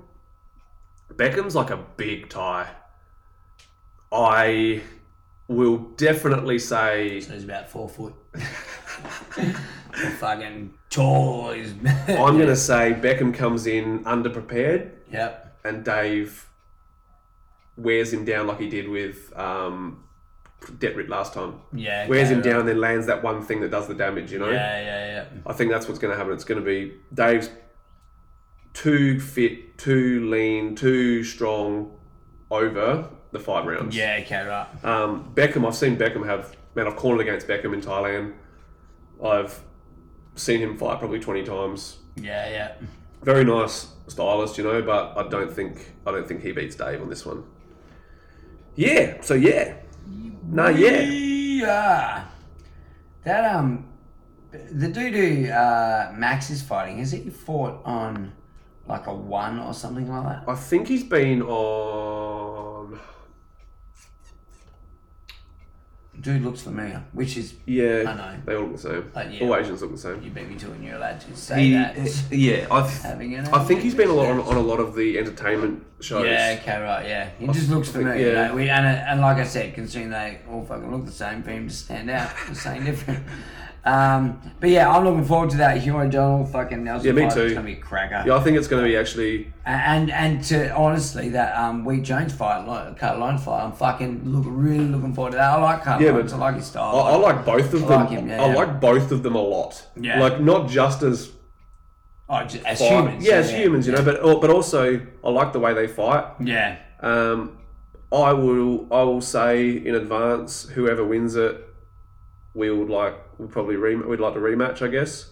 S2: Beckham's like a big tie. I will definitely say
S1: So he's about four foot. fucking tall. He's
S2: I'm going to say Beckham comes in underprepared
S1: yep.
S2: and Dave wears him down like he did with um, Detrit last time.
S1: Yeah.
S2: Wears
S1: okay,
S2: him
S1: right.
S2: down, then lands that one thing that does the damage. You know.
S1: Yeah, yeah, yeah.
S2: I think that's what's going to happen. It's going to be Dave's too fit, too lean, too strong over the five rounds.
S1: Yeah, okay, right.
S2: Um, Beckham, I've seen Beckham have, man, I've cornered against Beckham in Thailand. I've seen him fight probably 20 times.
S1: Yeah, yeah.
S2: Very nice stylist, you know, but I don't think, I don't think he beats Dave on this one. Yeah, so yeah. No, yeah.
S1: Yeah. That um the dude who uh, Max is fighting, has he fought on like a one or something like that?
S2: I think he's been on.
S1: Dude looks familiar, which is
S2: Yeah,
S1: I know.
S2: They all look the same.
S1: Uh, yeah.
S2: All Asians look the same.
S1: you beat me to, it and you're allowed to say
S2: He,
S1: that.
S2: yeah, I,
S1: Having an
S2: I think he's been a lot on, on a lot of the entertainment shows.
S1: Yeah, okay, right, yeah. He just looks familiar.
S2: yeah.
S1: you know, we, and, uh, and like I said, considering they all fucking look the same, for him to stand out, the same different. Um, but yeah, I'm looking forward to that. Hugh O'Donnell, fucking Nelson.
S2: Yeah, me
S1: Piper, It's
S2: too.
S1: gonna be a cracker.
S2: Yeah, I think it's going to be actually.
S1: And and to honestly, that um, Wheat Jones fight, like, Carolina fight, I'm fucking look really looking forward to that. I like Carl
S2: Yeah,
S1: Lines,
S2: but
S1: I like his
S2: I,
S1: style.
S2: I like both of
S1: I
S2: them.
S1: like him, yeah,
S2: I
S1: yeah.
S2: like both of them a lot.
S1: Yeah.
S2: Like not just as
S1: oh, just, as
S2: fight-
S1: humans.
S2: yeah, as humans, you know, but al- but also I like the way they fight.
S1: Yeah.
S2: Um, I will I will say in advance, whoever wins it, we would like we probably re- we'd like to rematch, I guess.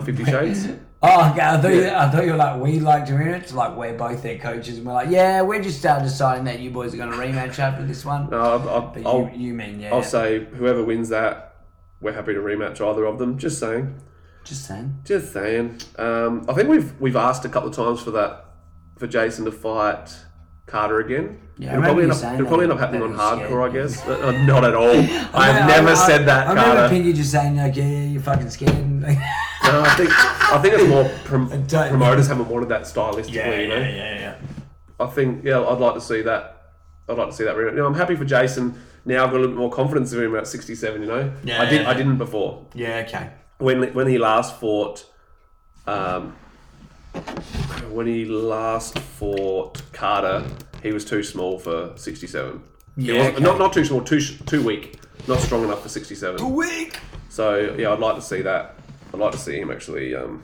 S2: Fifty Shades.
S1: Oh, okay. I thought, you, I thought you were like, we like to rematch. Like, we're both their coaches, and we're like, yeah, we're just uh, deciding that you boys are going to rematch after this one.
S2: Uh, I, I,
S1: But
S2: I'll
S1: you, you mean, yeah.
S2: I'll say whoever wins that, we're happy to rematch either of them. Just saying.
S1: Just saying.
S2: Just saying. Um, I think we've we've asked a couple of times for that for Jason to fight Carter again.
S1: Yeah, I
S2: it'll
S1: remember you
S2: probably, end up,
S1: saying
S2: it'll probably
S1: that.
S2: end up happening on
S1: That was
S2: hardcore, I
S1: scary.
S2: guess. Uh, uh, not at all. I've
S1: I-
S2: never
S1: I-
S2: said that,
S1: I remember
S2: Carter.
S1: Pinky just saying, like, yeah, you're fucking scared. And, like,
S2: No, I think I think it's more prom-
S1: don't-
S2: promoters haven't wanted that stylistically. you know?
S1: yeah.
S2: I think yeah, I'd like to see that. I'd like to see that. rematch. You know, I'm happy for Jason. Now I've got a little bit more confidence in him at 67. You know,
S1: Yeah,
S2: I did.
S1: yeah.
S2: I didn't before.
S1: Yeah, okay.
S2: when when he last fought, um, when he last fought Carter, he was too small for sixty seven.
S1: Yeah, okay.
S2: not not too small, too sh- too weak, not strong enough for sixty seven.
S1: Weak.
S2: So yeah, I'd like to see that. I'd like to see him actually um,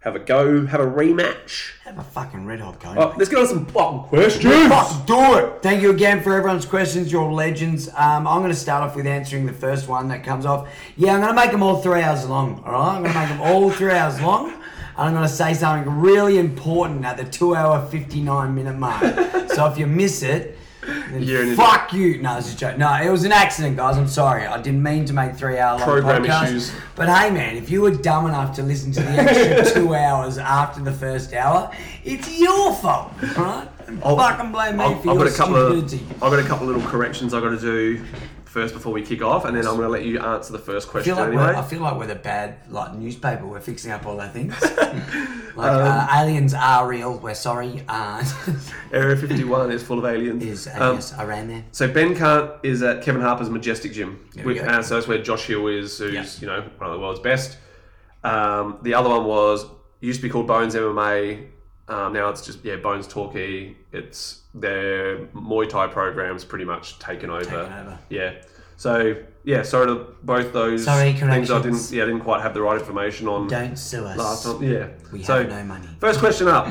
S2: have a go, have a rematch.
S1: Have a fucking red hot coat.
S2: Oh, let's get on some fucking questions.
S1: Fuck, do it. Thank you again for everyone's questions. You're all legends. Um, I'm going to start off with answering the first one that comes off. Yeah, I'm going to make them all three hours long. All right, I'm going to make them all three hours long, and I'm going to say something really important at the two-hour, fifty-nine minute mark. so if you miss it. then
S2: You're an
S1: fuck you! No, this is a joke. No, it was an accident, guys. I'm sorry. I didn't mean to make three hour long
S2: Program
S1: podcasts.
S2: issues.
S1: But hey, man, if you were dumb enough to listen to the extra two hours after the first hour, it's your fault, right?
S2: Oh, I'll-
S1: Fucking blame me
S2: I've,
S1: for
S2: I've
S1: your
S2: got a couple of
S1: stupidity.
S2: I've got a couple little corrections I've got to do first before we kick off, and then I'm going to let you answer the first
S1: I
S2: question
S1: feel, like
S2: anyway.
S1: we're, I feel like we're the bad like newspaper. We're fixing up all our things. like uh,
S2: Um,
S1: aliens are real. We're sorry. Uh,
S2: Area 51 is full of aliens.
S1: is uh,
S2: Um,
S1: yes, I ran there.
S2: So Ben Cant is at Kevin Harper's Majestic Gym,
S1: we
S2: with,
S1: go.
S2: and so that's where Josh Hill is, who's
S1: Yeah.
S2: you know one of the world's best. Um, the other one was used to be called Bones MMA. Um, now it's just yeah Bones Torquay. It's their Muay Thai programs pretty much taken over.
S1: over.
S2: Yeah. So yeah, sorry to both those
S1: Sorry,
S2: things. I didn't
S1: corrections.
S2: yeah I didn't quite have the right information on
S1: Don't sue us.
S2: last time. Yeah.
S1: We
S2: so
S1: have no money.
S2: first question up.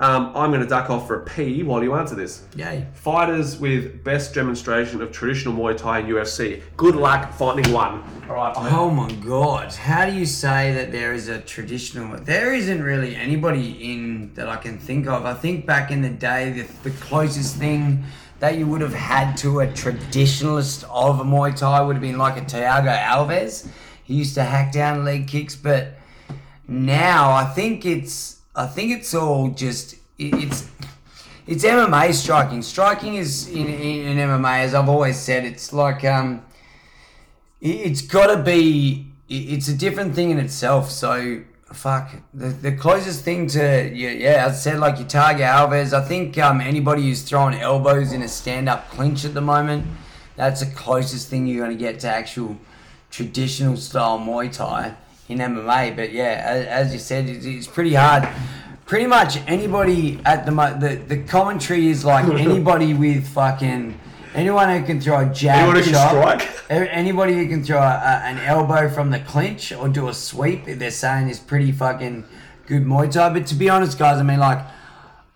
S2: Um, I'm going to duck off for a pee while you answer this.
S1: Yay.
S2: Fighters with best demonstration of traditional Muay Thai and UFC. Good luck finding one. All right.
S1: Oh my god! How do you say that there is a traditional? There isn't really anybody in that I can think of. I think back in the day, the, the closest thing that you would have had to a traditionalist of a Muay Thai would have been like a Thiago Alves. He used to hack down leg kicks, but now I think it's I think it's all just it, it's it's MMA striking. Striking is in, in, in MMA, as I've always said, it's like um it- it's got to be it- it's a different thing in itself so fuck the, the closest thing to yeah, yeah i said like your target alves i think um, anybody who's throwing elbows in a stand-up clinch at the moment that's the closest thing you're going to get to actual traditional style muay thai in mma but yeah as, as you said it's, it's pretty hard pretty much anybody at the mo- the, the commentary is like anybody with fucking anyone who can throw a jab
S2: Anyone who can
S1: shot,
S2: strike.
S1: a- Anybody who can throw a, a- an elbow from the clinch or do a sweep, they're saying is pretty fucking good Muay Thai. But to be honest, guys, I mean, like,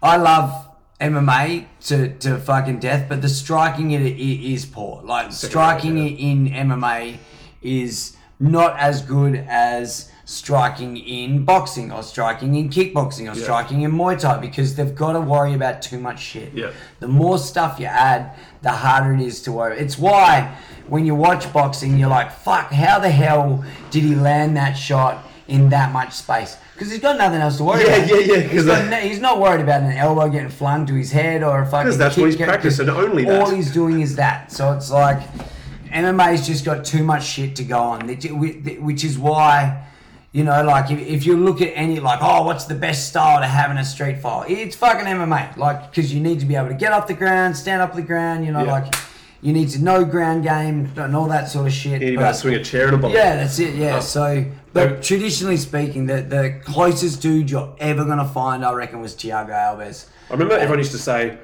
S1: I love MMA to, to fucking death, but the striking it, it is poor. Like, striking it in MMA is not as good as striking in boxing or striking in kickboxing or
S2: Yeah.
S1: striking in Muay Thai because they've got to worry about too much shit.
S2: Yeah.
S1: The more stuff you add, the harder it is to worry. It's why when you watch boxing, you're like, fuck, how the hell did he land that shot in that much space? Because he's got nothing else to worry
S2: Yeah,
S1: about.
S2: yeah, yeah, 'cause
S1: He's, got
S2: that-
S1: no- he's not worried about an elbow getting flung to his head or a fucking.
S2: 'Cause that's what
S1: kick
S2: he's
S1: get-
S2: practicing, only
S1: All
S2: that.
S1: he's doing is that. So it's like MMA's just got too much shit to go on, which- which is why. You know, like if, if you look at any, like, oh, what's the best style to have in a street fight? It's fucking MMA. Like, because you need to be able to get off the ground, stand up the ground, you know,
S2: Yeah.
S1: like, you need to know ground game and all that sort of shit.
S2: You
S1: but-
S2: about to swing a chair in a box.
S1: yeah, that's it. Yeah.
S2: Oh.
S1: So,
S2: Oh.
S1: but traditionally speaking, the the closest dude you're ever gonna find, I reckon, was Thiago Alves.
S2: I remember everyone used to say,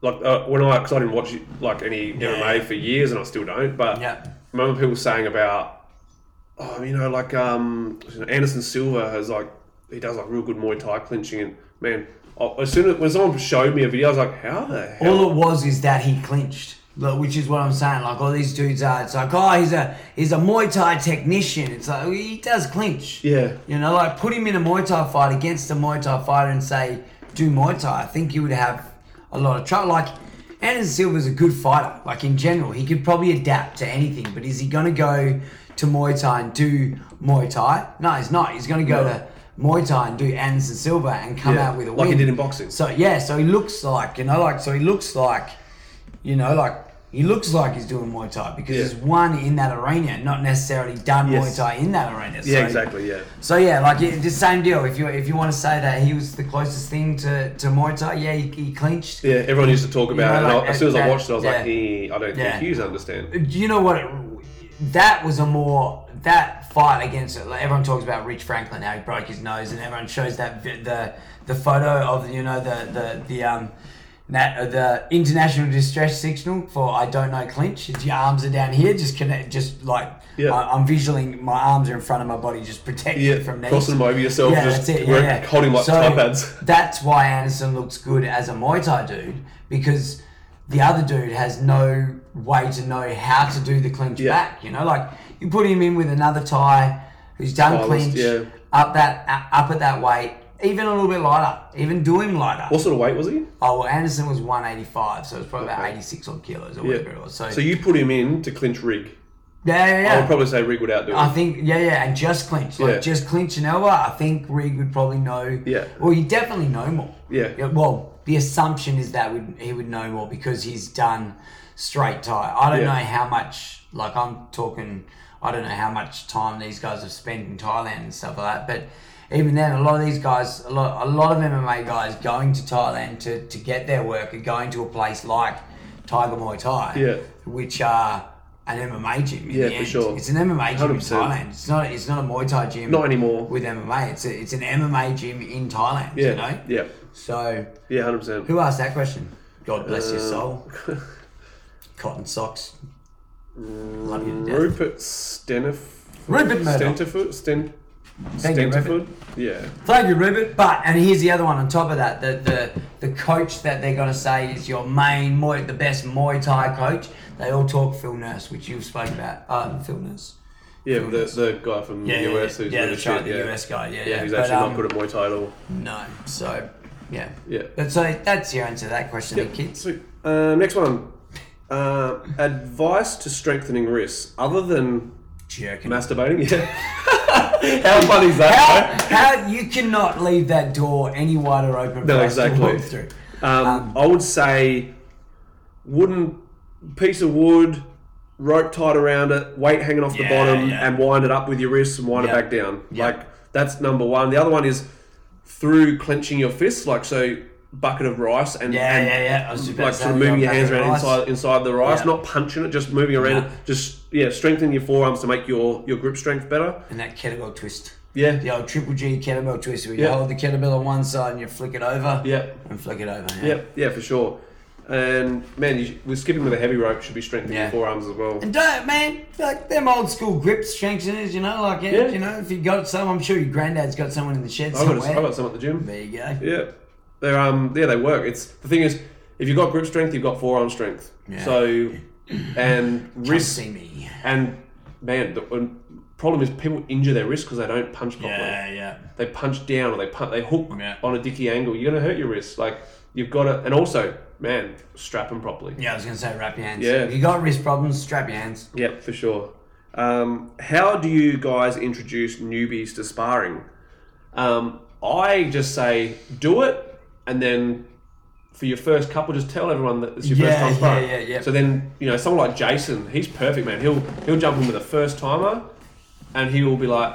S2: like uh, when I, because I didn't watch like any MMA for years, and I still don't. But
S1: Yeah.
S2: I remember people saying about, oh, you know, like um, Anderson Silva has like he does like real good Muay Thai clinching, and man, I, as soon as when someone showed me a video, I was like, how the hell?
S1: All it was is that he clinched, like, which is what I'm saying. Like all these dudes are. It's like, oh, he's a he's a Muay Thai technician. It's like well, he does clinch.
S2: Yeah.
S1: You know, like put him in a Muay Thai fight against a Muay Thai fighter and say, do Muay Thai. I think he would have a lot of trouble. Like, Anderson Silva's a good fighter. Like, in general, he could probably adapt to anything, but is he going to go to Muay Thai and do Muay Thai? No, he's not. He's going to go
S2: No.
S1: to Muay Thai and do Anderson Silva and come
S2: Yeah,
S1: out with a
S2: like he
S1: win.
S2: did in boxing.
S1: So, yeah, so he looks like, you know, like, so he looks like, you know, like, he looks like he's doing Muay Thai because
S2: Yeah.
S1: he's won in that arena, not necessarily done
S2: Yes.
S1: Muay Thai in that arena.
S2: Yeah,
S1: So-
S2: exactly. Yeah,
S1: so yeah, like it, the same deal. If you if you want to say that he was the closest thing to, to Muay Thai, yeah, he, he clinched.
S2: yeah. Everyone used to talk about
S1: know,
S2: it, and
S1: like,
S2: I, as soon as I
S1: that-
S2: watched it, I was
S1: yeah.
S2: like, he, I don't
S1: Yeah.
S2: think Hughes understand.
S1: Do You know what? It, that was a more that fight against it. Like everyone talks about Rich Franklin how he broke his nose, and everyone shows that vi- the the photo of you know the the the um. That, uh, the international distress signal for I don't know clinch. It's your arms are down here, just connect, just like
S2: Yeah.
S1: I, I'm visualing. My arms are in front of my body, just protect
S2: Yeah,
S1: from these.
S2: crossing them over yourself,
S1: Yeah,
S2: just
S1: that's it.
S2: work-
S1: Yeah, yeah.
S2: holding like
S1: So,
S2: top pads.
S1: That's why Anderson looks good as a Muay Thai dude because the other dude has no way to know how to do the clinch
S2: Yeah.
S1: back. You know, like you put him in with another Thai who's done
S2: Thai list,
S1: clinch
S2: yeah.
S1: up that uh, up at that weight, even a little bit lighter, even do him lighter.
S2: What sort of weight was he?
S1: Oh well, Anderson was 185, so it's probably about
S2: Okay.
S1: 86 odd kilos or
S2: Yeah.
S1: whatever it was. So,
S2: So you put him in to clinch rig.
S1: yeah, yeah, yeah.
S2: I would probably say rig would outdo him.
S1: I think yeah, yeah, and just clinch, like
S2: Yeah.
S1: just clinch an elbow. I think Reed would probably know.
S2: Yeah.
S1: Well, he definitely know more.
S2: Yeah.
S1: Well, the assumption is that would he would know more because he's done straight tie. I don't
S2: Yeah.
S1: know how much. Like I'm talking, I don't know how much time these guys have spent in Thailand and stuff like that. But even then, a lot of these guys, a lot, a lot of MMA guys going to Thailand to to get their work are going to a place like Tiger Muay Thai.
S2: Yeah.
S1: Which are. An MMA gym. in
S2: Yeah,
S1: the
S2: for
S1: end.
S2: sure.
S1: It's an MMA gym in
S2: 100%.
S1: Thailand. It's not. It's not a Muay Thai gym.
S2: Not anymore.
S1: With MMA, it's a, it's an MMA gym in Thailand.
S2: yeah,
S1: You know.
S2: yeah,
S1: So
S2: yeah, hundred percent.
S1: who asked that question? God bless
S2: Uh,
S1: your soul. Cotton socks. Love you to death.
S2: Rupert Stenif-
S1: Rupert Murdoch.
S2: Stentifer? Stent-
S1: Thank you,
S2: Stentifer? Yeah.
S1: Thank you, Rupert. But and here's the other one on top of that. The the, the coach that they're gonna say is your main Muay, the best Muay Thai coach. They all talk Phil Nurse, which you've spoken about. Uh, Phil Nurse.
S2: Yeah, the, the guy from
S1: Yeah,
S2: the
S1: yeah,
S2: US
S1: yeah.
S2: who's
S1: Yeah,
S2: really
S1: the guy-
S2: shit,
S1: the
S2: yeah.
S1: US guy, yeah, yeah.
S2: He's
S1: But,
S2: actually
S1: um,
S2: not good at Muay Thai at all.
S1: No. So yeah.
S2: Yeah.
S1: But so that's your answer to that question, then, kids.
S2: Sweet. Um, next one. Uh, advice to strengthening wrists other than
S1: Jerking.
S2: masturbating. Yeah. How funny is
S1: how,
S2: that?
S1: how you cannot leave that door any wider open
S2: No,
S1: for us
S2: exactly.
S1: to walk through.
S2: Um, I would say wooden piece of wood, rope tied around it, weight hanging off the
S1: Yeah,
S2: bottom,
S1: yeah.
S2: and wind it up with your wrists and wind
S1: Yeah.
S2: it back down.
S1: Yeah.
S2: Like that's number one. The other one is through clenching your fists, like so bucket of rice and,
S1: Yeah,
S2: and
S1: yeah, yeah. I was just about
S2: like
S1: to
S2: sort of
S1: say,
S2: moving
S1: yeah,
S2: your hands
S1: bucket of
S2: around
S1: rice.
S2: inside inside the rice,
S1: Yeah.
S2: not punching it, just moving around it, just yeah, strengthen your forearms to make your, your grip strength better.
S1: And that kettlebell twist.
S2: Yeah.
S1: The old triple G kettlebell twist where you
S2: Yeah.
S1: hold the kettlebell on one side and you flick it over.
S2: Yeah.
S1: And flick it over. Yeah.
S2: Yeah, yeah, for sure. And man, you, sh- we're skipping with a heavy rope should be strengthening
S1: Yeah.
S2: your forearms as well.
S1: And don't, man, like them old school grip strengtheners, you know, like, yeah,
S2: Yeah.
S1: you know, if you got some, I'm sure your granddad's got someone in the shed
S2: I've
S1: somewhere.
S2: got, I've got some at the gym.
S1: there you go.
S2: Yeah, they're um yeah they work. It's the thing is, if you've got grip strength, you've got forearm strength.
S1: Yeah.
S2: So, and
S1: Come
S2: wrist
S1: see me.
S2: and man, the, when problem is people injure their wrist because they don't punch properly.
S3: Yeah, yeah.
S2: They punch down or they punch, they hook
S3: Yeah.
S2: on a dicky angle. You're gonna hurt your wrist. Like you've got to, and also, man, strap them properly.
S1: Yeah, I was gonna say wrap your hands.
S2: Yeah.
S1: If you got wrist problems, strap your hands.
S2: Yep, for sure. Um, how do you guys introduce newbies to sparring? Um, I just say do it, and then for your first couple, just tell everyone that it's your
S1: Yeah,
S2: first time
S1: yeah,
S2: sparring.
S1: yeah, yeah.
S2: So then you know someone like Jason, he's perfect, man. He'll he'll jump in with a first timer, and he will be like,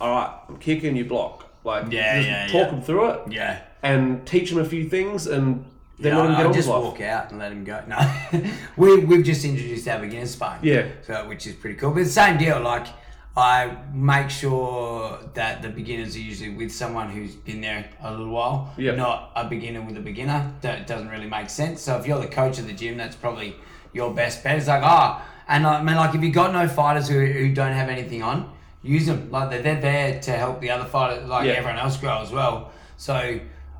S2: "All right, I'm kicking, you block." Like,
S3: Yeah,
S2: just
S3: yeah,
S2: talk
S3: yeah.
S2: them through it,
S3: Yeah.
S2: and teach them a few things, and then let them
S1: I, I
S2: get on with
S1: just
S2: life.
S1: walk out and let him go. No, we, we've just introduced our beginner sparring.
S2: Yeah.
S1: So, which is pretty cool. But the same deal, like, I make sure that the beginners are usually with someone who's been there a little while,
S2: Yeah.
S1: not a beginner with a beginner. That doesn't really make sense. So, if you're the coach of the gym, that's probably your best bet. It's like, ah, and I mean, like, if you've got no fighters who, who don't have anything on, use them. Like, they're, they're there to help the other fighter, like
S2: Yeah.
S1: everyone else grow as well. So,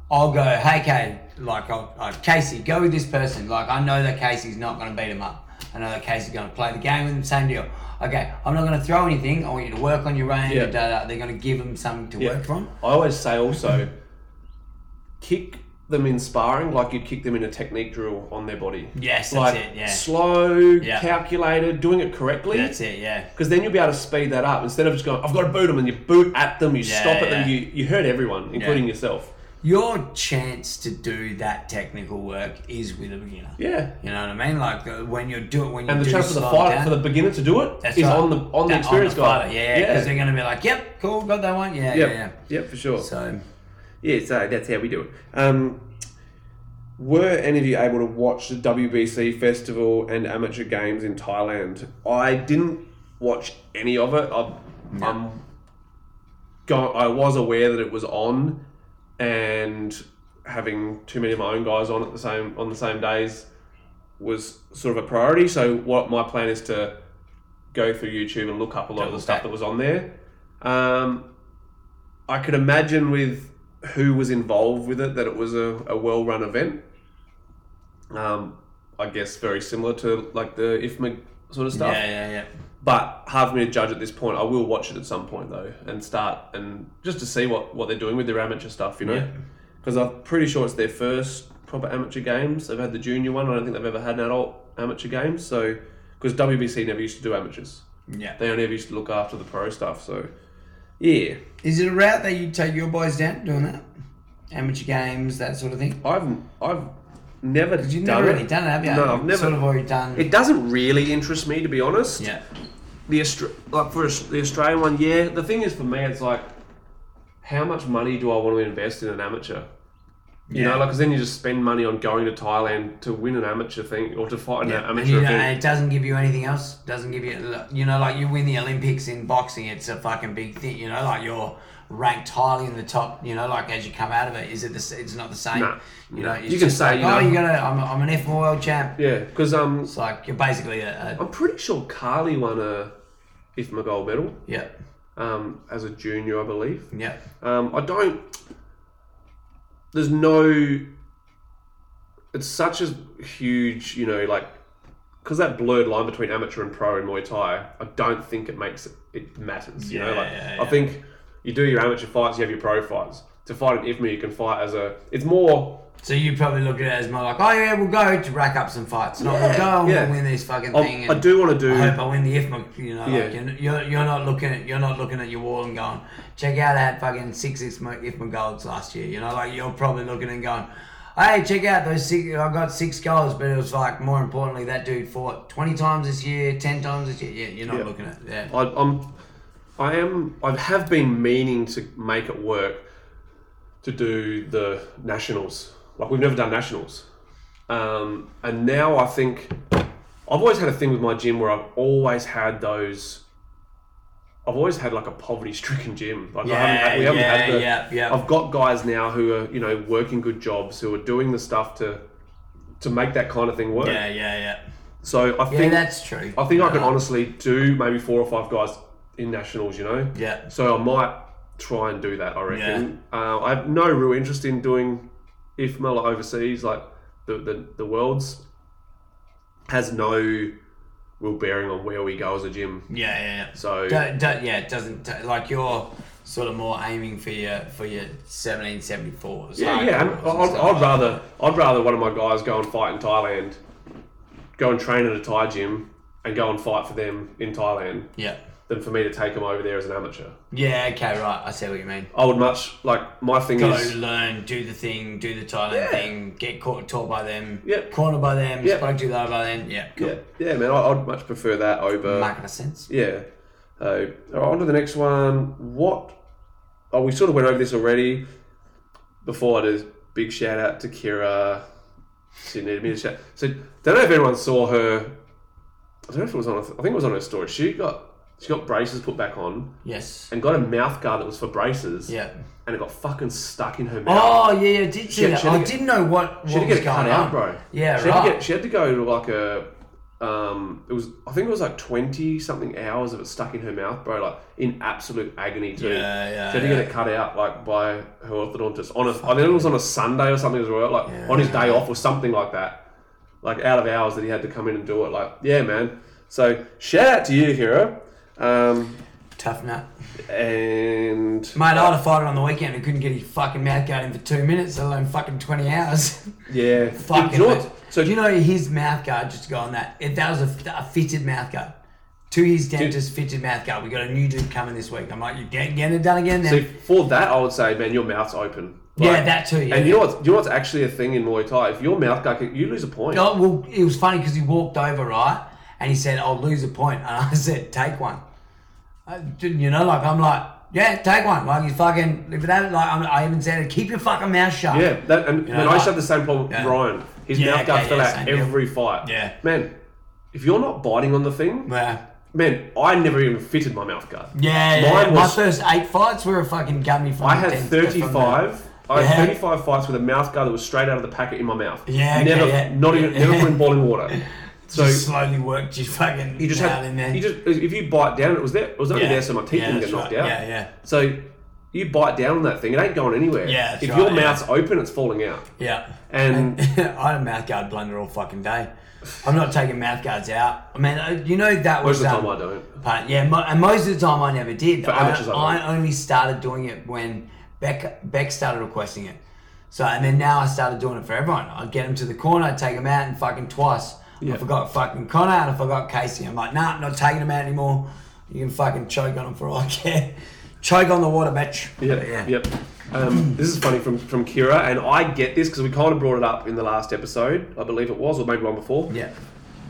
S1: I'll go, hey, Kay, like, I'll, uh, Casey, go with this person. Like, I know that Casey's not going to beat him up. I know that Casey's going to play the game with him. Same deal. Okay, I'm not going to throw anything. I want you to work on your range.
S2: Yeah.
S1: Da, da, da. They're going to give him something to work from.
S2: I always say also, kick them in sparring like you'd kick them in a technique drill on their body.
S1: Yes, that's
S2: like
S1: it, yeah.
S2: slow,
S1: Yeah.
S2: calculated, doing it correctly.
S1: That's it, yeah.
S2: Because then you'll be able to speed that up instead of just going, I've got to boot them, and you boot at them, you stop at them,
S3: yeah.
S2: you, you hurt everyone, including yourself.
S1: Your chance to do that technical work is with a beginner.
S2: Yeah.
S1: You know what I mean? Like uh, when you're doing when you
S2: And the
S1: do
S2: chance for the
S1: slow
S2: fighter,
S1: down-
S2: for the beginner to do it, is
S1: That's right.
S2: on the on the
S1: That-
S2: experienced guy.
S1: fighter, Yeah, because they're going to be like, yep, cool, got that one. Yeah,
S2: Yep.
S1: yeah,
S2: Yep, for sure.
S1: yeah. So
S2: Yeah, so that's how we do it. Um, were any of you able to watch the WBC festival and amateur games in Thailand? I didn't watch any of it. I, I'm go- I was aware that it was on, and having too many of my own guys on at the same on the same days was sort of a priority. So what my plan is to go through YouTube and look up a lot of the stuff that was on there. Um, I could imagine with who was involved with it that it was a, a well run event. Um, I guess very similar to like the IFMA sort of stuff.
S3: Yeah, yeah, yeah.
S2: But hard for me to judge at this point. I will watch it at some point though and start and just to see what, what they're doing with their amateur stuff, you know? Because I'm pretty sure it's their first proper amateur games. They've had the junior one. I don't think they've ever had an adult amateur game. So, because WBC never used to do amateurs,
S3: Yeah.
S2: they only ever used to look after the pro stuff. So, yeah.
S1: Is it a route that you take your boys down doing that? Amateur games, that sort of thing?
S2: I've I've never done
S1: You've never
S2: it.
S1: really done it, have you?
S2: No, I've
S1: You've
S2: never.
S1: Sort of already done.
S2: It doesn't really interest me, to be honest.
S1: yeah.
S2: The Austra- like for Aus- the Australian one, yeah. The thing is, for me, it's like, how much money do I want to invest in an amateur? You know, like, 'cause then you just spend money on going to Thailand to win an amateur thing or to fight an
S1: And you
S2: amateur
S1: know,
S2: thing.
S1: uh, it doesn't give you anything else. Doesn't give you, you know, like you win the Olympics in boxing, it's a fucking big thing. You know, like you're ranked highly in the top. You know, like as you come out of it, is it the, s- it's not the same.
S2: No,
S1: you
S2: no.
S1: know, it's
S2: You can
S1: just
S2: say,
S1: like,
S2: you know-
S1: oh, you got to. I'm, I'm an F1 world champ.
S2: Yeah, because um,
S1: It's like you're basically a, a
S2: I'm pretty sure Carly won a IFMA gold medal
S1: yep,
S2: um, as a junior, I believe.
S1: yep.
S2: Um, I don't. There's no. It's such a huge, you know, like, because that blurred line between amateur and pro in Muay Thai, I don't think it makes it, it matters. You know,
S3: Yeah,
S2: like,
S3: yeah,
S2: I think you do your amateur fights, you have your pro fights. To fight an IFMA, you can fight as a. It's more.
S1: So you probably look at it as more like, oh yeah, we'll go to rack up some fights. Not we'll go and
S2: yeah.
S1: we'll win this fucking
S2: I-
S1: thing.
S2: I
S1: and-
S2: do want to do.
S1: I hope I win the IFMA. You know,
S2: Yeah.
S1: like you're, you're, you're not looking at you're not looking at your wall and going, check out that fucking six IFMA, IFMA golds last year. You know, like you're probably looking and going, hey, check out those six. I got six goals, but it was like more importantly, that dude fought twenty times this year, ten times this year. Yeah, you're not looking at yeah.
S2: I, I'm, I am, I have been meaning to make it work to do the nationals. Like we've never done nationals, um, and now I think I've always had a thing with my gym where I've always had those. I've always had like a poverty-stricken gym. Like I haven't had, we haven't
S1: yeah,
S2: had the.
S1: yeah, yeah.
S2: I've got guys now who are you know working good jobs who are doing the stuff to, to make that kind of thing work.
S3: Yeah, yeah, yeah.
S2: So I
S1: Yeah,
S2: think
S1: that's true.
S2: I think I could honestly do maybe four or five guys in nationals, you know?
S3: Yeah.
S2: So I might try and do that, I reckon. Uh, I have no real interest in doing IFMA like overseas, like the, the, the Worlds has no real bearing on where we go as a gym.
S1: Yeah, yeah. yeah.
S2: So-
S1: Do- do- yeah, it doesn't t- like you're sort of more aiming for your for your 1774s.
S2: Yeah, yeah. and
S1: hardcores and
S2: I'd,
S1: stuff
S2: I'd
S1: like
S2: rather I'd rather one of my guys go and fight in Thailand, go and train at a Thai gym, and go and fight for them in Thailand
S1: that. Yeah.
S2: than for me to take them over there as an amateur.
S1: Yeah. Okay. Right. I see what you mean.
S2: I would much like my thing
S1: Go
S2: is
S1: learn, do the thing, do the Thailand
S2: Yeah.
S1: thing, get caught, taught by them,
S2: Yep.
S1: cornered by them,
S2: Yep.
S1: spoke to low by them. Yeah. Cool.
S2: yeah, yeah, man. I, I'd much prefer that over
S1: Making a sense.
S2: Yeah. Uh, all right, on to the next one. What? Oh, we sort of went over this already. Before I do, big shout out to Kira. She needed me to shout. So, don't know if everyone saw her. I don't know if it was on. I think it was on her story. She got she got braces put back on
S1: Yes.
S2: and got a mouth guard that was for braces.
S1: Yeah.
S2: and it got fucking stuck in her mouth.
S1: Oh yeah, yeah. Did see
S2: Shit,
S1: that.
S2: should I
S1: I
S2: get-
S1: didn't know what,
S2: she
S1: what
S2: had to
S1: was
S2: get it cut
S1: going
S2: out,
S1: on,
S2: bro.
S1: Yeah.
S2: she
S1: right.
S2: Had to get, she had to go to like a. Um, it was I think it was like twenty something hours of it stuck in her mouth, bro. Like in absolute agony too.
S1: Yeah, yeah,
S2: She had to get it cut out like by her orthodontist on a. I think it was on a Sunday or something as well. Like on his day off or something like that. Like out of hours that he had to come in and do it. Like yeah, man. So shout out to you, hero. Um,
S1: Tough nut.
S2: and
S1: Mate, I had a fighter on the weekend who couldn't get his fucking mouth guard in for two minutes, let alone fucking 20 hours.
S2: yeah,
S1: fucking.
S2: Enjoy-
S1: mate.
S2: So
S1: Do you know his mouth guard, just to go on that, if that was a, a fitted mouth guard. To his dentist, fitted mouth guard. We got a new dude coming this week. I'm like, you getting getting it done again then?
S2: See, for that, I would say, man, your mouth's open.
S1: Yeah,
S2: Like-
S1: that too, yeah.
S2: And you know what's, you know what's actually a thing in Muay Thai? If your mouth guy, you lose a point.
S1: No, well, it was funny because he walked over, right? And he said, I'll lose a point. And I said, take one. I didn't, you know, like, I'm like, yeah, take one. Like, you fucking, if that, like, I'm, I even said, keep your fucking mouth shut.
S2: Yeah, that, and
S1: You know,
S2: man, I
S1: like-
S2: used to have the same problem with
S1: Yeah.
S2: Ryan. His
S1: Yeah,
S2: mouth guard
S1: okay,
S2: fell
S1: yeah,
S2: out
S1: same deal.
S2: every fight.
S1: Yeah.
S2: Man, if you're not biting on the thing,
S1: Yeah.
S2: man, I never even fitted my mouth guard.
S1: Yeah, yeah, yeah.
S2: Mine was-
S1: my first eight fights were a fucking gummy from
S2: I
S1: the
S2: had
S1: dentist- from the-
S2: 35. I had
S1: Yeah.
S2: 35 fights with a mouth guard that was straight out of the packet in my mouth.
S1: Yeah, okay,
S2: never,
S1: yeah.
S2: not even,
S1: Yeah.
S2: never put in boiling water. So
S1: just slowly worked your fucking
S2: you just
S1: mouth in there.
S2: had, you just if you bite down, it was there. It was only
S1: Yeah.
S2: there so my teeth
S1: Yeah,
S2: didn't
S1: that's
S2: get knocked
S1: right.
S2: out.
S1: Yeah, yeah.
S2: So you bite down on that thing, it ain't going anywhere.
S1: Yeah, that's
S2: If
S1: right,
S2: your
S1: yeah.
S2: mouth's open, it's falling out.
S1: yeah.
S2: And
S1: I had a mouth guard blunder all fucking day. I'm not taking mouth guards out. I mean, uh, you know that
S2: most
S1: was
S2: of the
S1: um,
S2: time I don't.
S1: But yeah, mo- and most of the time I never did. I,
S2: amateurs, I
S1: I
S2: don't.
S1: only started doing it when Beck Beck started requesting it. So and then now I started doing it for everyone. I'd get them to the corner, I'd take them out, and fucking twice.
S2: Yeah.
S1: I forgot fucking Connor and I forgot Casey. I'm like, nah, I'm not taking them out anymore. You can fucking choke on them for all I care. choke on the water, bitch.
S2: Yep,
S1: yeah.
S2: yep. Um, this is funny from, from Kira, and I get this because we kind of brought it up in the last episode, I believe it was, or maybe one before.
S1: Yeah.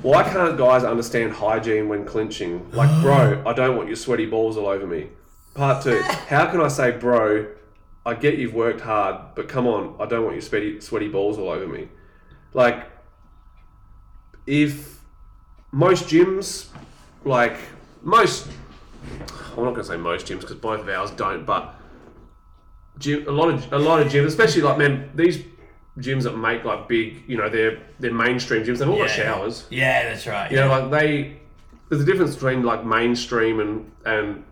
S2: Why can't guys understand hygiene when clinching? Like, bro, I don't want your sweaty balls all over me. Part two. How can I say, bro, I get you've worked hard, but come on, I don't want your sweaty, sweaty balls all over me. Like, if most gyms, like, most, I'm not going to say most gyms because both of ours don't, but gym, a lot of a lot of gyms, especially like man, these gyms that make like big, you know, they're they're mainstream gyms. They've all got showers.
S1: Yeah, that's right.
S2: You know, like they there's a difference between like mainstream and and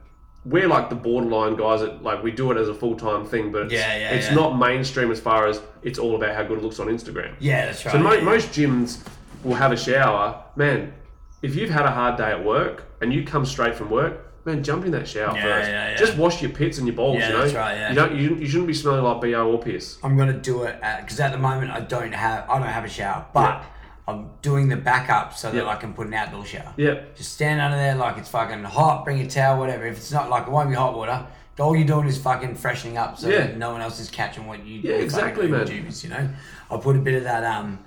S2: we're like the borderline guys that like we do it as a full time thing, but it's,
S1: Yeah, yeah,
S2: it's
S1: yeah.
S2: not mainstream as far as it's all about how good it looks on Instagram.
S1: Yeah, that's right.
S2: So mo-
S1: yeah.
S2: most gyms will have a shower. Man, if you've had a hard day at work and you come straight from work, man, jump in that shower
S1: Yeah,
S2: first.
S1: yeah, yeah.
S2: Just wash your pits and your balls.
S1: Yeah,
S2: you know,
S1: that's right, yeah.
S2: you don't. You, you shouldn't be smelling like bo or piss.
S1: I'm gonna do it because at the moment I don't have I don't have a shower, but I'm doing the backup so that
S2: Yeah.
S1: I can put an outdoor shower.
S2: Yeah.
S1: Just stand under there like it's fucking hot. Bring a towel, whatever. If it's not like it won't be hot water. All you're doing is fucking freshening up so
S2: Yeah.
S1: that no one else is catching what you
S2: Yeah,
S1: do.
S2: exactly, man.
S1: Jubis, you know, I put a bit of that um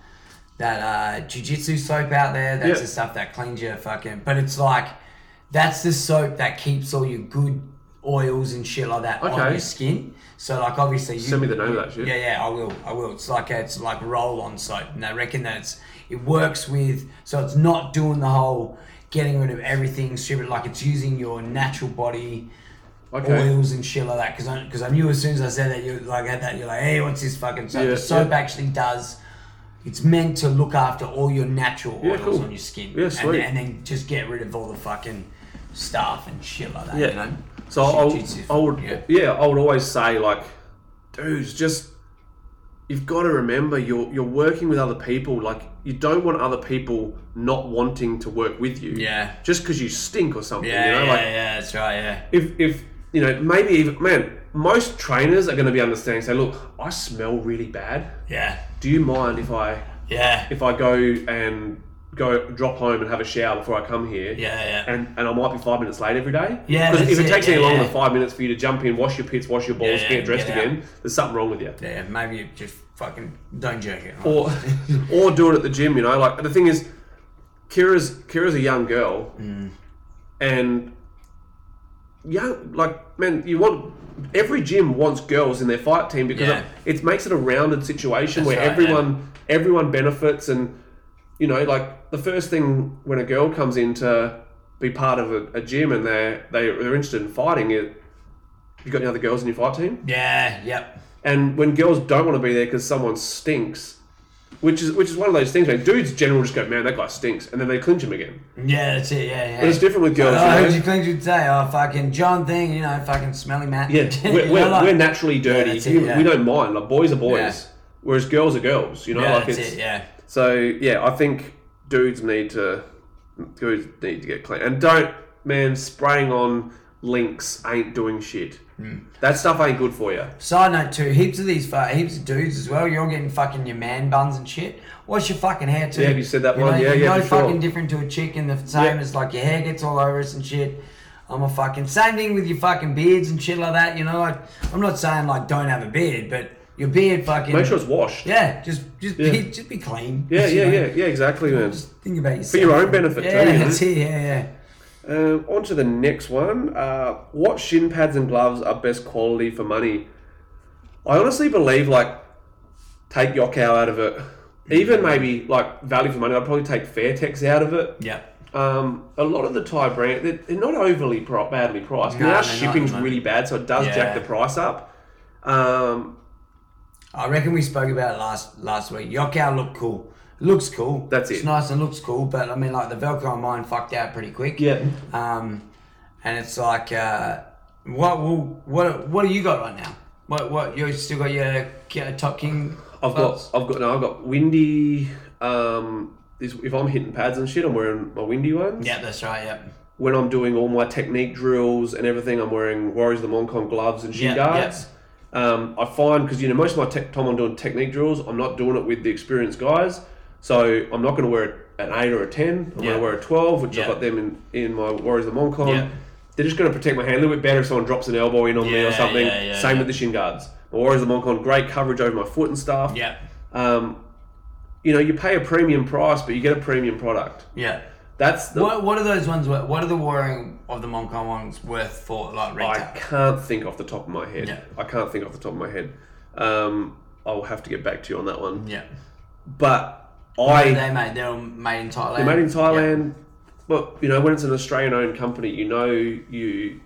S1: that uh jujitsu soap out there. That's
S2: Yeah.
S1: the stuff that cleans your fucking. But it's like that's the soap that keeps all your good oils and shit like that
S2: Okay.
S1: on your skin. So like obviously you
S2: Send me the name of that shit.
S1: yeah, yeah, I will. I will. It's like a, it's like roll on soap, and I reckon that it's it works with. So it's not doing the whole getting rid of everything stupid. Like it's using your natural body
S2: Okay.
S1: oils and shit like that. Because I because I knew as soon as I said that you like had that you're like, hey, what's this fucking soap?
S2: Yeah,
S1: the soap
S2: yeah.
S1: actually does. It's meant to look after all your natural
S2: Yeah,
S1: oils
S2: cool.
S1: on your skin.
S2: Yeah, sweet.
S1: And, and then just get rid of all the fucking stuff and shit like that. You know.
S2: So I,
S1: Jujitsu.
S2: I would, yeah.
S1: Yeah.
S2: I would always say like, dudes, just you've got to remember you're you're working with other people. Like you don't want other people not wanting to work with you.
S1: Yeah.
S2: Just because you stink or something.
S1: Yeah,
S2: you know?
S1: yeah,
S2: like,
S1: yeah, that's right, yeah.
S2: if if you know maybe even man most trainers are going to be understanding say look i smell really bad
S1: Yeah,
S2: do you mind if i
S1: yeah,
S2: if i go and go drop home and have a shower before i come here
S1: yeah, yeah.
S2: and, and I might be five minutes late every day.
S1: Yeah,
S2: Because if
S1: that's
S2: it
S1: it,
S2: takes
S1: yeah,
S2: any longer
S1: yeah.
S2: than five minutes for you to jump in, wash your pits, wash your balls,
S1: Yeah,
S2: get dressed
S1: yeah.
S2: again, there's something wrong with you.
S1: Yeah, maybe you just fucking don't jerk it.
S2: Or or do it at the gym. You know, like the thing is, Kira's Kira's a young girl,
S1: Mm.
S2: and young like man, you want every gym wants girls in their fight team because
S1: Yeah.
S2: it, it makes it a rounded situation where
S1: right,
S2: everyone everyone benefits and you know like the first thing when a girl comes in to be part of a, a gym and they're they, they're interested in fighting it. You got any other girls in your fight team?
S1: yeah, yep.
S2: And when girls don't want to be there because someone stinks, which is which is one of those things. Like dudes, generally just go, "Man, that guy stinks," and then they clinch him again.
S1: Yeah, that's it, yeah, yeah.
S2: But it's different with girls.
S1: Oh,
S2: you know?
S1: who'd you cleanse you today? Oh, fucking John thing, you know, fucking smelly Matt.
S2: Yeah, we're,
S1: You
S2: we're,
S1: know, like-
S2: we're naturally dirty.
S1: that's it,
S2: You-
S1: yeah.
S2: We don't mind. Like boys are boys,
S1: Yeah.
S2: whereas girls are girls. You know,
S1: yeah,
S2: like
S1: that's
S2: it's
S1: it, yeah.
S2: so. Yeah, I think dudes need to dudes need to get clean and don't man spraying on links ain't doing shit.
S1: Hmm.
S2: That stuff ain't good for you.
S1: Side note too, heaps of these, fu- heaps of dudes as well. You're getting fucking your man buns and shit. What's your fucking hair too?
S2: Yeah, have you said that
S1: You
S2: one?
S1: know,
S2: Yeah,
S1: you're
S2: yeah,
S1: No
S2: for sure.
S1: fucking different to a chick, and the same
S2: Yeah.
S1: as like your hair gets all over us and shit. I'm a fucking same thing with your fucking beards and shit like that. You know, like I'm not saying like don't have a beard, but your beard fucking.
S2: Make sure it's washed.
S1: Yeah, just just
S2: Yeah.
S1: be just be clean.
S2: yeah,
S1: you
S2: yeah,
S1: know?
S2: yeah, yeah. Exactly, man.
S1: Just think about yourself.
S2: your own benefit,
S1: Yeah,
S2: too, you know?
S1: that's it. Yeah, yeah.
S2: Um, on to the next one. Uh, what shin pads and gloves are best quality for money? I honestly believe like take Yokow out of it. Even maybe like value for money. I'd probably take Fairtex out of it.
S1: Yeah.
S2: Um, a lot of the Thai brand, they're, they're not overly pro- badly priced.
S1: No,
S2: now
S1: they're not,
S2: shipping's
S1: no.
S2: really bad, so it does
S1: Yeah.
S2: jack the price up. Um,
S1: I reckon we spoke about it last last week. Yokow looked cool. Looks cool.
S2: That's
S1: It's
S2: it.
S1: nice and looks cool, but I mean, like the Velcro on mine fucked out pretty quick.
S2: yeah.
S1: Um, and it's like, uh, what what what what do you got right now? What what you still got your K- top king?
S2: I've got,
S1: belts?
S2: I've got, no, I've got windy. Um, is, if I'm hitting pads and shit, I'm wearing my windy ones.
S1: Yeah, that's right. Yep.
S2: when I'm doing all my technique drills and everything, I'm wearing Warriors of the Moncon gloves and shin
S1: Yeah,
S2: guards. Um, I find because you know most of my tech, time I'm doing technique drills, I'm not doing it with the experienced guys, so I'm not going to wear an eight or a ten. I'm going
S1: Yeah.
S2: to wear a twelve, which
S1: Yeah.
S2: I've got them in, in my Warriors of the Moncon.
S1: Yeah.
S2: They're just going to protect my hand a little bit better if someone drops an elbow in on me
S1: Yeah,
S2: or something.
S1: yeah, yeah,
S2: Same
S1: yeah.
S2: with the shin guards. My Warriors of the Moncon, great coverage over my foot and stuff.
S1: Yep.
S2: Um, you know, you pay a premium price, but you get a premium product.
S1: Yeah.
S2: That's the
S1: What what are those ones? worth- What are the wearing of the Moncon ones worth for like
S2: I
S1: retail?
S2: can't think off the top of my head.
S1: Yeah.
S2: I can't think off the top of my head. Um, I'll have to get back to you on that one.
S1: Yeah.
S2: But
S1: What are
S2: I,
S1: they made? They're all made in Thailand.
S2: made in Thailand. But you know, when it's an Australian-owned company, you know you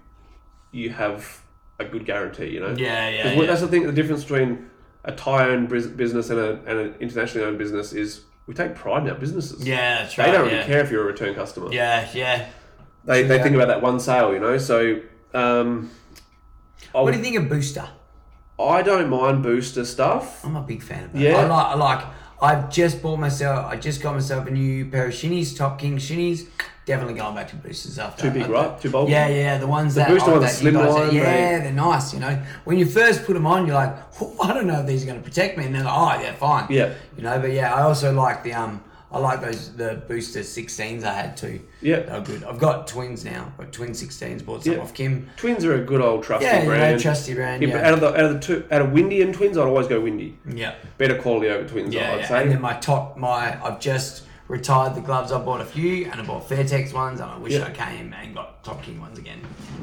S2: you have a good guarantee. You know.
S1: Yeah, yeah,
S2: 'Cause what-
S1: yeah.
S2: That's the thing. The difference between a Thai-owned bus- business and, a, and an internationally owned business is we take pride in our businesses.
S1: Yeah, that's
S2: They
S1: right.
S2: don't really
S1: yeah.
S2: care if you're a return customer.
S1: Yeah, yeah.
S2: They, they
S1: Yeah.
S2: think about that one sale. You know. So. Um, I
S1: What
S2: would-
S1: do you think of Booster?
S2: I don't mind booster stuff.
S1: I'm a big fan of it.
S2: Yeah.
S1: I like, I like, I've just bought myself, I just got myself a new pair of shinnies, Top King shinnies. Definitely going back to boosters after.
S2: Too big,
S1: after-
S2: right? Too bulky?
S1: Yeah, yeah, the ones that,
S2: booster
S1: oh,
S2: ones
S1: that
S2: are
S1: you guys-
S2: slimline,
S1: yeah,
S2: they-
S1: they're nice, you know. When you first put them on, you're like, "Oh, I don't know if these are going to protect me. And they're like, oh, yeah, fine.
S2: Yeah.
S1: You know, but yeah, I also like the, um, I like those, the booster 16s I had too.
S2: Yeah.
S1: They're good. I've got twins now, but twin 16s, bought some
S2: Yeah.
S1: off Kim.
S2: Twins are a good old trusty
S1: Yeah, yeah,
S2: brand.
S1: trusty brand,
S2: but
S1: yeah.
S2: Out of the out of the two, out of Windy and Twins, I'd always go Windy.
S1: Yeah.
S2: Better quality over Twins,
S1: Yeah,
S2: I'd
S1: yeah.
S2: say.
S1: and then my top, my I've just retired the gloves. I bought a few, and I bought Fairtex ones, and I wish
S2: Yeah.
S1: I came and got Top King ones again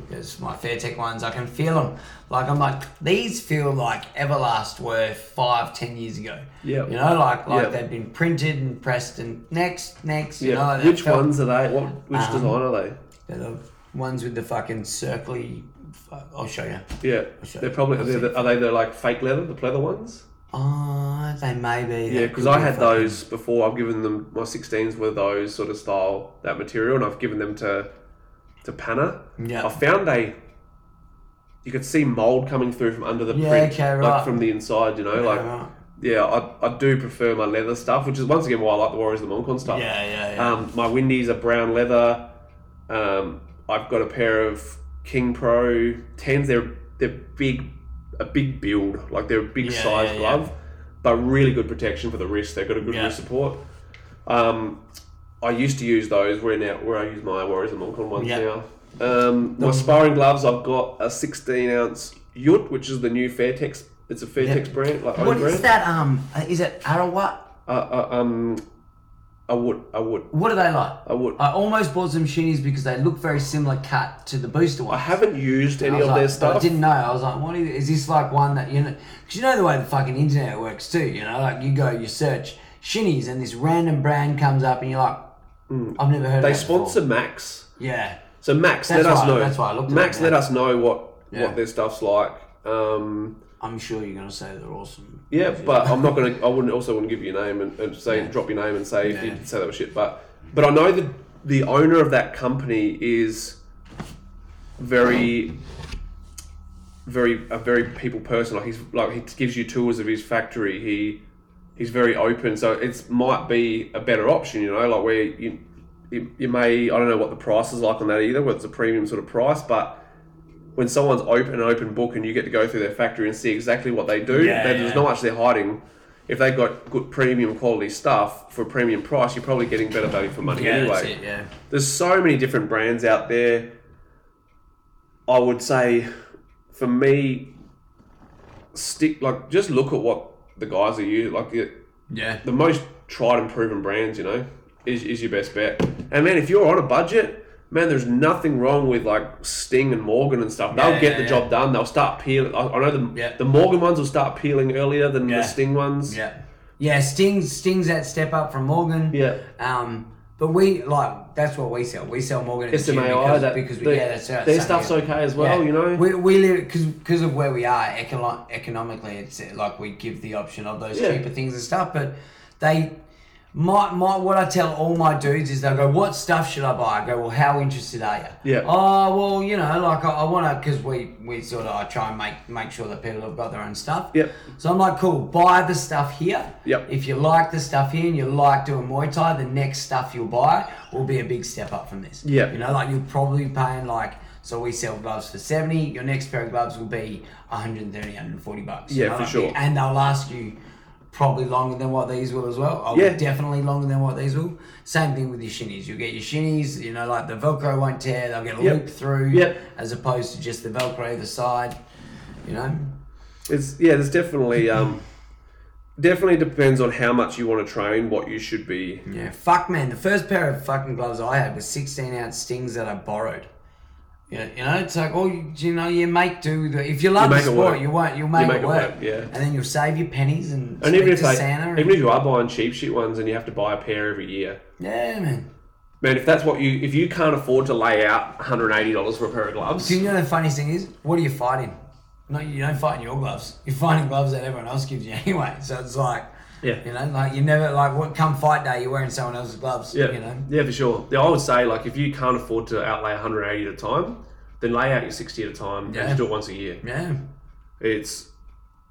S1: because my Fairtech ones, I can feel them. Like I'm like these feel like Everlast were five, ten years ago.
S2: Yeah.
S1: you know, like like
S2: Yeah.
S1: they've been printed and pressed and next, next. You
S2: yeah.
S1: know, they
S2: which
S1: felt- Um,
S2: ones are they? What which design are they?
S1: They're the ones with the fucking circly. I'll show you.
S2: Yeah,
S1: sure.
S2: they're probably are they, the, are they the like fake leather, the pleather ones?
S1: Oh, they may be.
S2: Yeah,
S1: They
S2: because
S1: could
S2: I
S1: be
S2: had
S1: fucking-
S2: those before. I've given them my 16s were those sort of style that material, and I've given them to to Panna.
S1: Yeah.
S2: I found they. You could see mold coming through from under the
S1: Yeah,
S2: print,
S1: okay,
S2: like
S1: right.
S2: from the inside. You know, like
S1: right.
S2: yeah, I, I do prefer my leather stuff, which is once again why I like the Warriors of the Moncon stuff.
S1: Yeah, yeah, yeah.
S2: Um, my Windies are brown leather. Um, I've got a pair of King Pro tens. They're they're big, a big build, like they're a big
S1: Yeah,
S2: size
S1: yeah, yeah.
S2: glove, but really good protection for the wrist. They've got a good
S1: Yeah.
S2: wrist support. Um, I used to use those. Where now? Where I use my Warriors of Moncon ones
S1: Yeah.
S2: now. Um, my sparring gloves. I've got a 16 ounce Yurt, which is the new Fairtex. It's a Fairtex brand, like own
S1: What
S2: brand.
S1: is that? Um, uh, is it Arawat?
S2: Uh, uh, um, I would, I would,
S1: What are they like?
S2: I would.
S1: I almost bought some shinies because they look very similar cut to the booster
S2: I
S1: one.
S2: haven't used any
S1: I was
S2: of their
S1: like- I
S2: stuff.
S1: didn't know. I was like, what is, is this like one that you know? Because you know the way the fucking internet works too. You know, like you go, you search shinies, and this random brand comes up, and you're like, I've never heard. of
S2: Hmm. They
S1: that before."
S2: sponsor Max,
S1: Yeah.
S2: so Max,
S1: That's
S2: let us
S1: why-
S2: know.
S1: that's why I looked at
S2: Max,
S1: it,
S2: let
S1: yeah.
S2: us know what
S1: Yeah.
S2: what their stuff's like. Um,
S1: I'm sure you're gonna say they're awesome.
S2: yeah, but I'm not gonna. I wouldn't also wouldn't give you your name and, and say drop your name and say if you say that was shit. But but I know that the owner of that company is very very a very people person. Like he's like he gives you tours of his factory. He he's very open, so it's might be a better option. You know, like where you you, you may I don't know what the price is like on that either. Whether it's a premium sort of price, but when someone's open an open book and you get to go through their factory and see exactly what they do,
S1: Yeah,
S2: they-
S1: yeah.
S2: there's not much they're hiding. If they've got good premium quality stuff for a premium price, you're probably getting better value for money
S1: Yeah,
S2: anyway
S1: that's it, yeah.
S2: there's so many different brands out there. I would say, for me, stick like just look at what the guys are using. Like the,
S1: Yeah.
S2: the most tried and proven brands, you know, is, is your best bet. And man, if you're on a budget, man, there's nothing wrong with like Sting and Morgan and stuff. They'll
S1: Yeah,
S2: get
S1: yeah,
S2: the
S1: yeah.
S2: job done. They'll start peeling. I, I know the
S1: Yeah.
S2: the Morgan ones will start peeling earlier than
S1: Yeah.
S2: the Sting ones.
S1: Yeah. Yeah, Sting's Sting's that step up from Morgan.
S2: Yeah.
S1: Um, but we like that's what we sell. We sell Morgan at the gym
S2: SMAI,
S1: because,
S2: that,
S1: because we,
S2: they-
S1: yeah, that's right.
S2: their
S1: same
S2: stuff's
S1: here.
S2: okay as well,
S1: Yeah.
S2: you know.
S1: we we live because of where we are econo- economically. It's uh, like we give the option of those
S2: Yeah.
S1: cheaper things and stuff, but they. My, my, what I tell all my dudes is they'll go, What stuff should I buy? I go, Well, how interested are you?
S2: Yeah.
S1: Oh, well, you know, like I, I want to, because we, we sort of I try and make, make sure that people have got their own stuff.
S2: Yep.
S1: So I'm like, Cool, buy the stuff here.
S2: Yep.
S1: If you like the stuff here and you like doing Muay Thai, the next stuff you'll buy will be a big step up from this.
S2: Yeah.
S1: You know, like you're probably paying like, so we sell gloves for 70, your next pair of gloves will be 130, 140 bucks. you
S2: Yeah,
S1: know,
S2: for
S1: like,
S2: sure.
S1: And they'll last you probably longer than what these will as well. Oh,
S2: Yeah.
S1: Definitely longer than what these will. Same thing with your shinies. You'll get your shinies, you know, like the Velcro won't tear, they'll get a
S2: Yep.
S1: loop through
S2: Yep.
S1: as opposed to just the Velcro either side, you know?
S2: It's yeah. There's definitely um, definitely depends on how much you want to train, what you should be.
S1: Yeah, fuck man. The first pair of fucking gloves I had was 16 ounce stings that I borrowed. You know, you know it's like, oh, you, you know, you make do. with it. If you love
S2: You
S1: the
S2: make it
S1: sport,
S2: work.
S1: you won't. You'll make,
S2: make
S1: it
S2: it
S1: work.
S2: work, yeah.
S1: And then you'll save your pennies and.
S2: And even if
S1: to
S2: they,
S1: Santa and-
S2: even if you are buying cheap shit ones and you have to buy a pair every year,
S1: yeah, man.
S2: man, if that's what you if you can't afford to lay out 180 dollars for a pair of gloves,
S1: Do you know the funniest thing is? What are you fighting? No, you don't fight in your gloves. You're fighting gloves that everyone else gives you anyway. So it's like,
S2: Yeah.
S1: you know, like you never like what come fight day you're wearing someone else's gloves.
S2: yeah,
S1: you know.
S2: yeah, for sure. Yeah, I would say like if you can't afford to outlay 180 at a time, then lay out your 60 at a time and
S1: Yeah.
S2: just do it once a year.
S1: Yeah.
S2: It's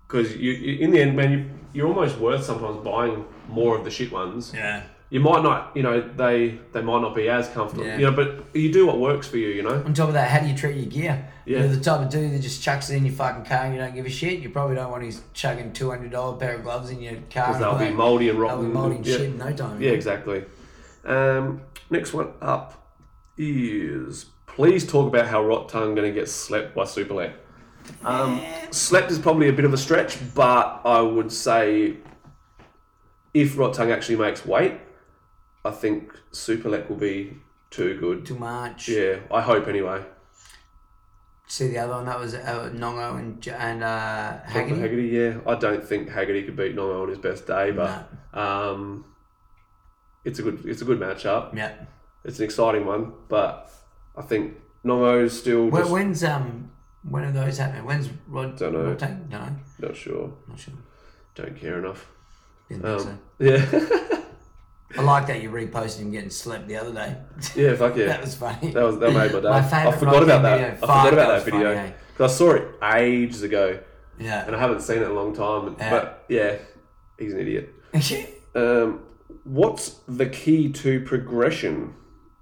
S2: because you, you in the end, man, you, you're almost worth sometimes buying more of the shit ones.
S1: Yeah.
S2: you might not, you know, they they might not be as comfortable,
S1: Yeah.
S2: you know, but you do what works for you, you know.
S1: On top of that, how do you treat your gear?
S2: Yeah.
S1: You're the type of dude that just chucks it in your fucking car and you don't give a shit. You probably don't want his chugging two hundred dollar pair of gloves in your car.
S2: Because they'll be
S1: and-
S2: mouldy and
S1: They'll
S2: rotten.
S1: be mouldy and
S2: yeah.
S1: shit in no time.
S2: Yeah, exactly. Um, next one up is please talk about how Rot Tongue going to get slept by Superlet. Um, slept is probably a bit of a stretch, but I would say if Rot Tongue actually makes weight, I think Superlet will be too good.
S1: Too much.
S2: Yeah, I hope anyway.
S1: See the other one that was uh, Nongo and J- and uh,
S2: Haggerty?
S1: Haggerty.
S2: yeah. I don't think Haggerty could beat Nongo on his best day, but um, it's a good it's a good matchup.
S1: Yeah.
S2: It's an exciting one, but I think Nongo's still
S1: When,
S2: just
S1: when's um when are those happening? When's Rod?
S2: Don't know.
S1: Rod Tank? Don't know.
S2: not sure.
S1: Not sure.
S2: Don't care enough.
S1: Didn't think
S2: Um, yeah,
S1: so. I like that you reposted him getting slept the other day.
S2: yeah, fuck yeah.
S1: that was funny.
S2: That was that made my day.
S1: My
S2: I
S1: favourite
S2: forgot
S1: Rockland
S2: about that.
S1: video.
S2: I
S1: Fuck,
S2: forgot
S1: that
S2: about that,
S1: was funny,
S2: video
S1: eh?
S2: because I saw it ages ago,
S1: yeah.
S2: and I haven't seen it in a long time.
S1: Yeah.
S2: But yeah, He's an idiot. Um, what's the key to progression?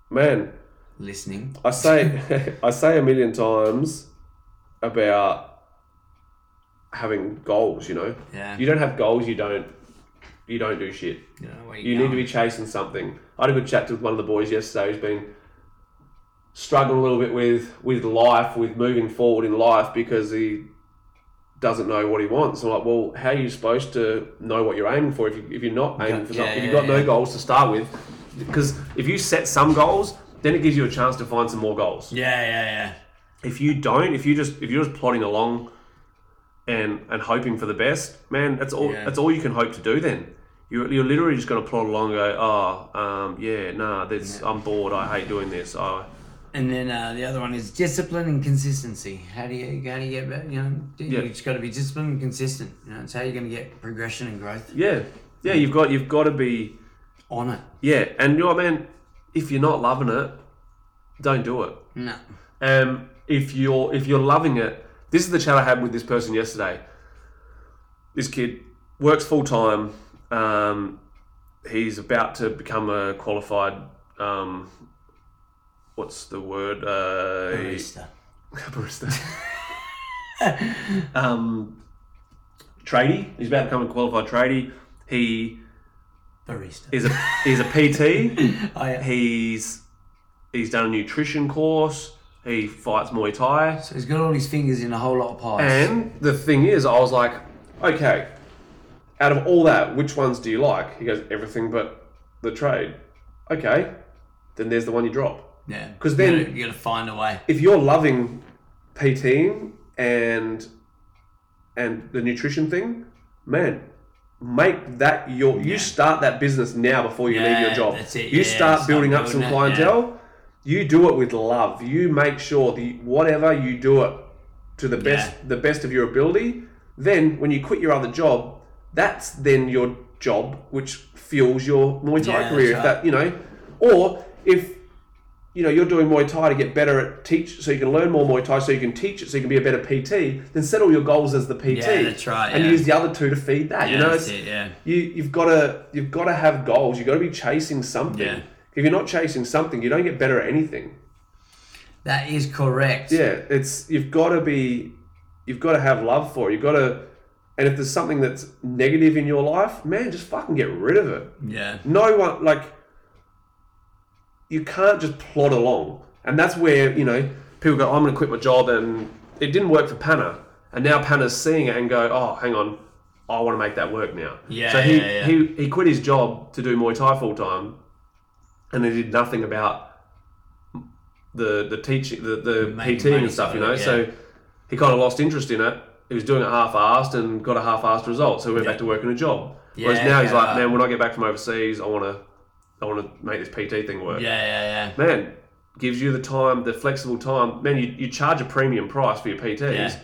S2: Man,
S1: Listening.
S2: I say I say a million times about having goals, you know.
S1: Yeah.
S2: You don't have goals, you don't you don't do shit.
S1: You, know, where
S2: You need to be chasing something. I had a good chat with one of the boys yesterday who's been struggling a little bit with with life, with moving forward in life because he doesn't know what he wants. I'm like, well, how are you supposed to know what you're aiming for if, you, if you're not aiming for
S1: Yeah,
S2: something? if you've
S1: yeah,
S2: got
S1: yeah.
S2: no goals to start with, because if you set some goals, then it gives you a chance to find some more goals.
S1: Yeah, yeah,
S2: If you don't, if you just if you're just plodding along and and hoping for the best, man, that's all
S1: Yeah.
S2: that's all you can hope to do then. You're, you're literally just going to plod along and go, oh, um, yeah, nah, that's, I'm bored. I hate doing this. I,
S1: yeah. And then uh, the other one is discipline and consistency. How do you how do you get better? You know, you
S2: Yeah.
S1: just got to be disciplined and consistent. You know, it's how you're going to get progression and growth
S2: yeah, yeah, you've got you've got to be
S1: on it.
S2: Yeah, and you know what, man? If you're not loving it, don't do it.
S1: No.
S2: Um, if you're if you're loving it, this is the chat I had with this person yesterday. This kid works full time. Um, he's about to become a qualified. Um, what's the word? Uh,
S1: Barista.
S2: barista. um, tradie. He's about to become a qualified tradie. He
S1: Barista.
S2: is a he's a PT.
S1: Oh, yeah.
S2: He's he's done a nutrition course. He fights Muay Thai.
S1: So he's got all his fingers in a whole lot of pies.
S2: And the thing is, I was like, okay, out of all that, which ones do you like? He goes, everything but the trade. Okay, then there's the one you drop.
S1: yeah.
S2: 'Cause
S1: You
S2: then-
S1: gotta- you got to find a way.
S2: If you're loving PTing and and the nutrition thing, man, make that your you start that business now before you leave your
S1: Yeah,
S2: job.
S1: that's it,
S2: You
S1: yeah,
S2: start
S1: start
S2: building up
S1: building
S2: some
S1: it, yeah.
S2: clientele. You do it with love. You make sure that you- whatever you do it to the best the best of your ability. Then when you quit your other job, that's then your job which fuels your Muay Thai
S1: Yeah,
S2: career.
S1: that's
S2: If that you know, or if you know you're doing Muay Thai to get better at teach, so you can learn more Muay Thai, so you can teach it, so you can be a better PT. Then set all your goals as the PT.
S1: Yeah, that's right,
S2: And
S1: yeah.
S2: use the other two to feed that. you
S1: Yeah,
S2: know,
S1: that's
S2: it's-
S1: it, yeah.
S2: you you've got to you've got to have goals. You've got to be chasing something.
S1: Yeah.
S2: If you're not chasing something, you don't get better at anything.
S1: That is correct.
S2: Yeah, it's you've got to be, you've got to have love for it. You've got to, and if there's something that's negative in your life, man, just fucking get rid of it.
S1: Yeah.
S2: No one like, you can't just plod along, and that's where you know people go. "Oh, I'm going to quit my job, and it didn't work for Panna, and now Panna's seeing it and go, oh, hang on, I want to make that work now.
S1: Yeah,
S2: So he
S1: yeah, yeah.
S2: he he quit his job to do Muay Thai full time, and he did nothing about the the teaching the, the
S1: Making
S2: PT
S1: money
S2: and stuff, you know.
S1: out of it, yeah.
S2: So he kind of lost interest in it. He was doing it half-assed and got a half-assed result, so he went back to working a job. Whereas
S1: Yeah,
S2: now he's
S1: yeah,
S2: like,
S1: right.
S2: man, when I get back from overseas, I want to I want to make this PT thing work.
S1: Yeah, yeah, yeah.
S2: Man, gives you the time, the flexible time. Man, you, you charge a premium price for your PTs.
S1: Yeah.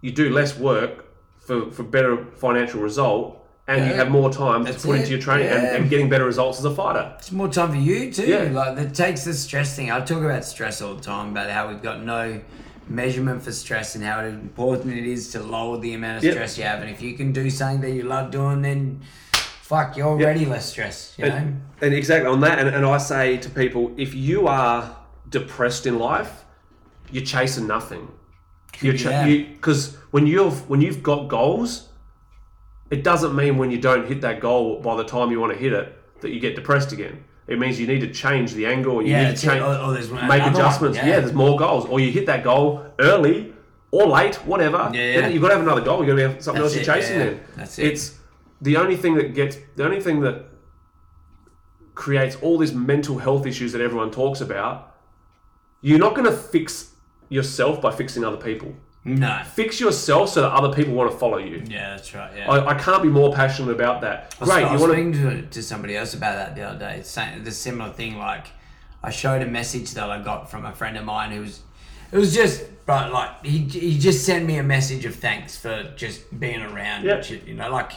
S2: You do less work for for better financial result, and you
S1: Yeah.
S2: have more time to
S1: That's
S2: put
S1: it.
S2: into your training and,
S1: Yeah.
S2: and getting better results as a fighter.
S1: It's more time for you too.
S2: Yeah.
S1: Like that takes the stress thing. I talk about stress all the time about how we've got no measurement for stress and how important it is to lower the amount of
S2: Yep.
S1: stress you have. And if you can do something that you love doing, then fuck, you're already less stressed. You know.
S2: And, and exactly on that, and, and I say to people, if you are depressed in life, you're chasing nothing. You're ch-
S1: Yeah.
S2: you because when you've when you've got goals, it doesn't mean when you don't hit that goal by the time you want to hit it that you get depressed again. It means you need to change the angle. Or you
S1: Yeah,
S2: need
S1: that's
S2: to
S1: it.
S2: change,
S1: Or- or there's one-
S2: make
S1: another one,
S2: adjustments.
S1: yeah.
S2: yeah. there's more goals, or you hit that goal early or late, whatever.
S1: Yeah, yeah.
S2: Then You've got to have another goal. You've got to have something
S1: That's
S2: else
S1: it,
S2: you're chasing.
S1: yeah, yeah.
S2: Then
S1: That's it.
S2: It's the only thing that gets the only thing that creates all these mental health issues that everyone talks about, you're not going to fix yourself by fixing other people.
S1: No.
S2: Fix yourself so that other people want to follow you.
S1: Yeah, that's right. Yeah.
S2: I, I can't be more passionate about that. Great,
S1: I
S2: you
S1: was
S2: want to.
S1: speaking to, to somebody else about that the other day. It's saying the similar thing. Like, I showed a message that I got from a friend of mine who was, it was just right. Like, he he just sent me a message of thanks for just being around
S2: Yeah.
S1: and shit. You know, like,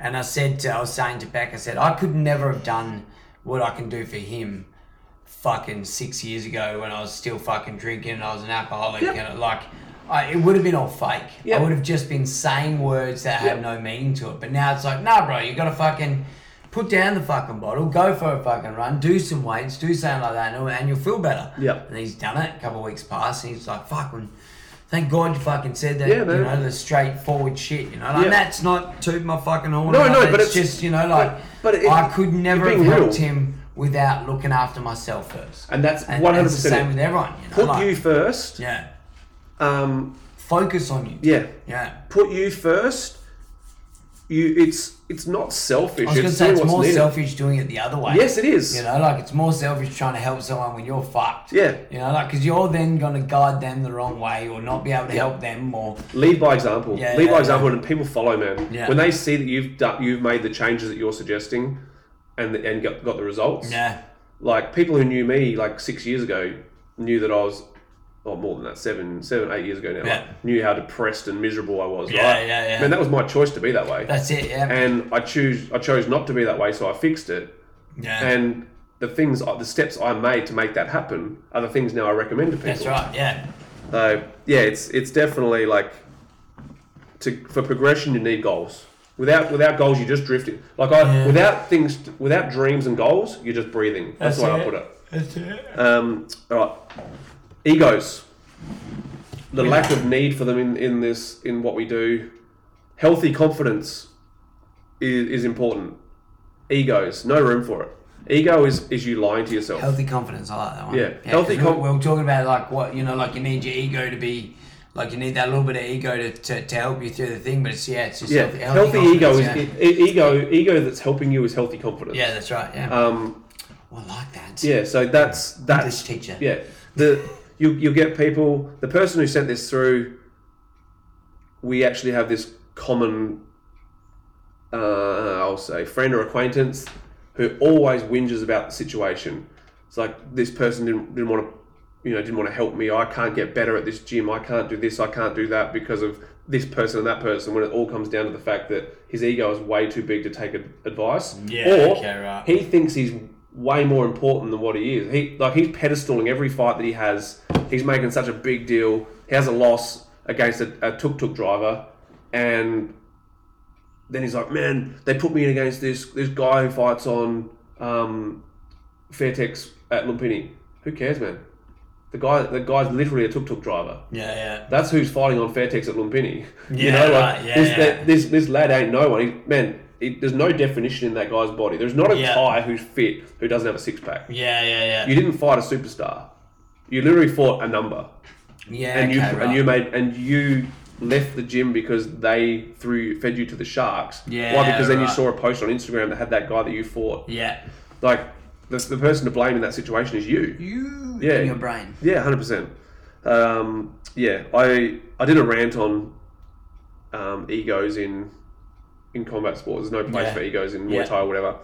S1: and I said, to, I was saying to Beck, I said I could never have done what I can do for him fucking six years ago when I was still fucking drinking and I was an alcoholic and like I, it would have been all fake.
S2: Yeah.
S1: I would have just been saying words that had no meaning to it. But now it's like, nah, bro, you gotta fucking put down the fucking bottle, go for a fucking run, do some weights, do something like that, and, and you'll feel better.
S2: Yeah.
S1: And he's done it. A couple of weeks passed, and he's like, fuck, when, thank God you fucking said that.
S2: Yeah,
S1: you
S2: man.
S1: know, the straightforward shit. You know, like,
S2: Yeah.
S1: that's not toot my fucking horn.
S2: No,
S1: or
S2: no,
S1: nothing,
S2: but
S1: it's,
S2: it's-
S1: just you know, like,
S2: but- but it-
S1: I could never
S2: you're
S1: have
S2: being
S1: helped
S2: real.
S1: him without looking after myself first.
S2: And that's
S1: And-
S2: one
S1: and
S2: hundred
S1: it's the same with
S2: percent.
S1: everyone. You know,
S2: Put
S1: like-
S2: you first.
S1: yeah.
S2: Um,
S1: Focus on you.
S2: yeah.
S1: Yeah.
S2: Put you first. You. It's. It's not selfish.
S1: I was going
S2: it's
S1: to say
S2: doing
S1: it's
S2: what's
S1: more
S2: needed.
S1: selfish doing it the other way.
S2: Yes, it is.
S1: You know, like it's more selfish trying to help someone when you're fucked.
S2: Yeah.
S1: You know, like because you're then going to guide them the wrong way or not be able to help them or.
S2: Lead by example.
S1: Yeah,
S2: Lead
S1: yeah,
S2: by example, and people follow, man.
S1: Yeah.
S2: When they see that you've done, you've made the changes that you're suggesting, and the, and got, got the results.
S1: Yeah.
S2: Like people who knew me like six years ago knew that I was, or more than that, seven, seven, eight years ago now.
S1: Yeah.
S2: like, knew how depressed and miserable I was.
S1: Yeah,
S2: right?
S1: yeah, yeah.
S2: Man, that was my choice to be that way,
S1: That's it. Yeah.
S2: and I choose I chose not to be that way, so I fixed it.
S1: yeah.
S2: And the things, I- the steps I made to make that happen are the things now I recommend to people.
S1: That's right. Yeah.
S2: So yeah, it's it's definitely like to for progression you need goals. Without without goals you're just drifting. Like I
S1: Yeah.
S2: without things without dreams and goals you're just breathing. That's, the way I put it.
S1: That's it.
S2: Um, all right, egos. The lack of need for them in, in this in what we do. Healthy confidence is, is important. Egos, no room for it. Ego is is you lying to yourself.
S1: Healthy confidence. I like that one.
S2: Yeah, healthy
S1: 'cause we-
S2: con-
S1: we We're, talking about like what you know, like you need your ego to be, like you need that little bit of ego to, to, to help you through the thing. But it's yeah, it's just
S2: Yeah,
S1: healthy,
S2: healthy,
S1: confidence,
S2: ego is
S1: yeah.
S2: e- ego ego that's helping you is healthy confidence.
S1: Yeah, that's right. Yeah.
S2: Um,
S1: well, I like that.
S2: yeah, so that's
S1: English
S2: that's
S1: teacher.
S2: yeah. The you you get people. The person who sent this through, we actually have this common, uh, I'll say, friend or acquaintance, who always whinges about the situation. It's like this person didn't didn't want to, you know, didn't want to help me. I can't get better at this gym. I can't do this. I can't do that because of this person and that person. When it all comes down to the fact that his ego is way too big to take ad- advice,
S1: Yeah,
S2: or
S1: okay, right.
S2: he thinks he's way more important than what he is. He like he's pedestaling every fight that he has. He's making such a big deal. He has a loss against a, a tuk tuk driver, and then he's like, "Man, they put me in against this this guy who fights on um, Fairtex at Lumpini. Who cares, man? The guy the guy's literally a tuk tuk driver.
S1: Yeah, yeah.
S2: That's who's fighting on Fairtex at Lumpini. you
S1: Yeah,
S2: know, like,
S1: right, yeah,
S2: this,
S1: yeah.
S2: that- this this lad ain't no one. He, man, it, there's no definition in that guy's body. There's not a
S1: Yeah.
S2: guy who's fit who doesn't have a six pack.
S1: Yeah, yeah, yeah.
S2: You didn't fight a superstar. You literally fought a number,
S1: yeah,
S2: and you
S1: okay, right.
S2: and you made and you left the gym because they threw fed you to the sharks. Why?
S1: Yeah,
S2: Because then you
S1: right.
S2: saw a post on Instagram that had that guy that you fought.
S1: yeah,
S2: Like the, the person to blame in that situation is you.
S1: you
S2: Yeah.
S1: in your brain.
S2: Yeah, hundred percent. Um, yeah, I I did a rant on um, egos in in combat sports. There's no place
S1: Yeah.
S2: for egos in Muay
S1: Yeah.
S2: Thai or whatever.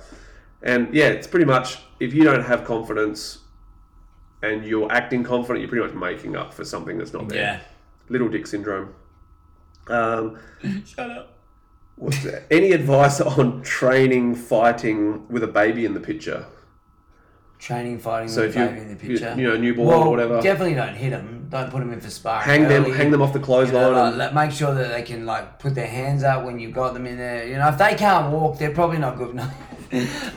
S2: And yeah, it's pretty much if you don't have confidence and you're acting confident, you're pretty much making up for something that's not there.
S1: Yeah.
S2: Little dick syndrome. Um,
S1: Shut up.
S2: what's that? Any advice on training fighting with a baby in the picture?
S1: Training, fighting, so
S2: So if
S1: with
S2: you,
S1: a baby in the picture.
S2: you know newborn
S1: well,
S2: or whatever,
S1: definitely don't hit them. Don't put them in for sparring.
S2: hang them
S1: early.
S2: hang them off the
S1: You know,
S2: clothesline.
S1: like,
S2: and-
S1: let- make sure that they can like put their hands up when you've got them in there. You know, if they can't walk, they're probably not good enough.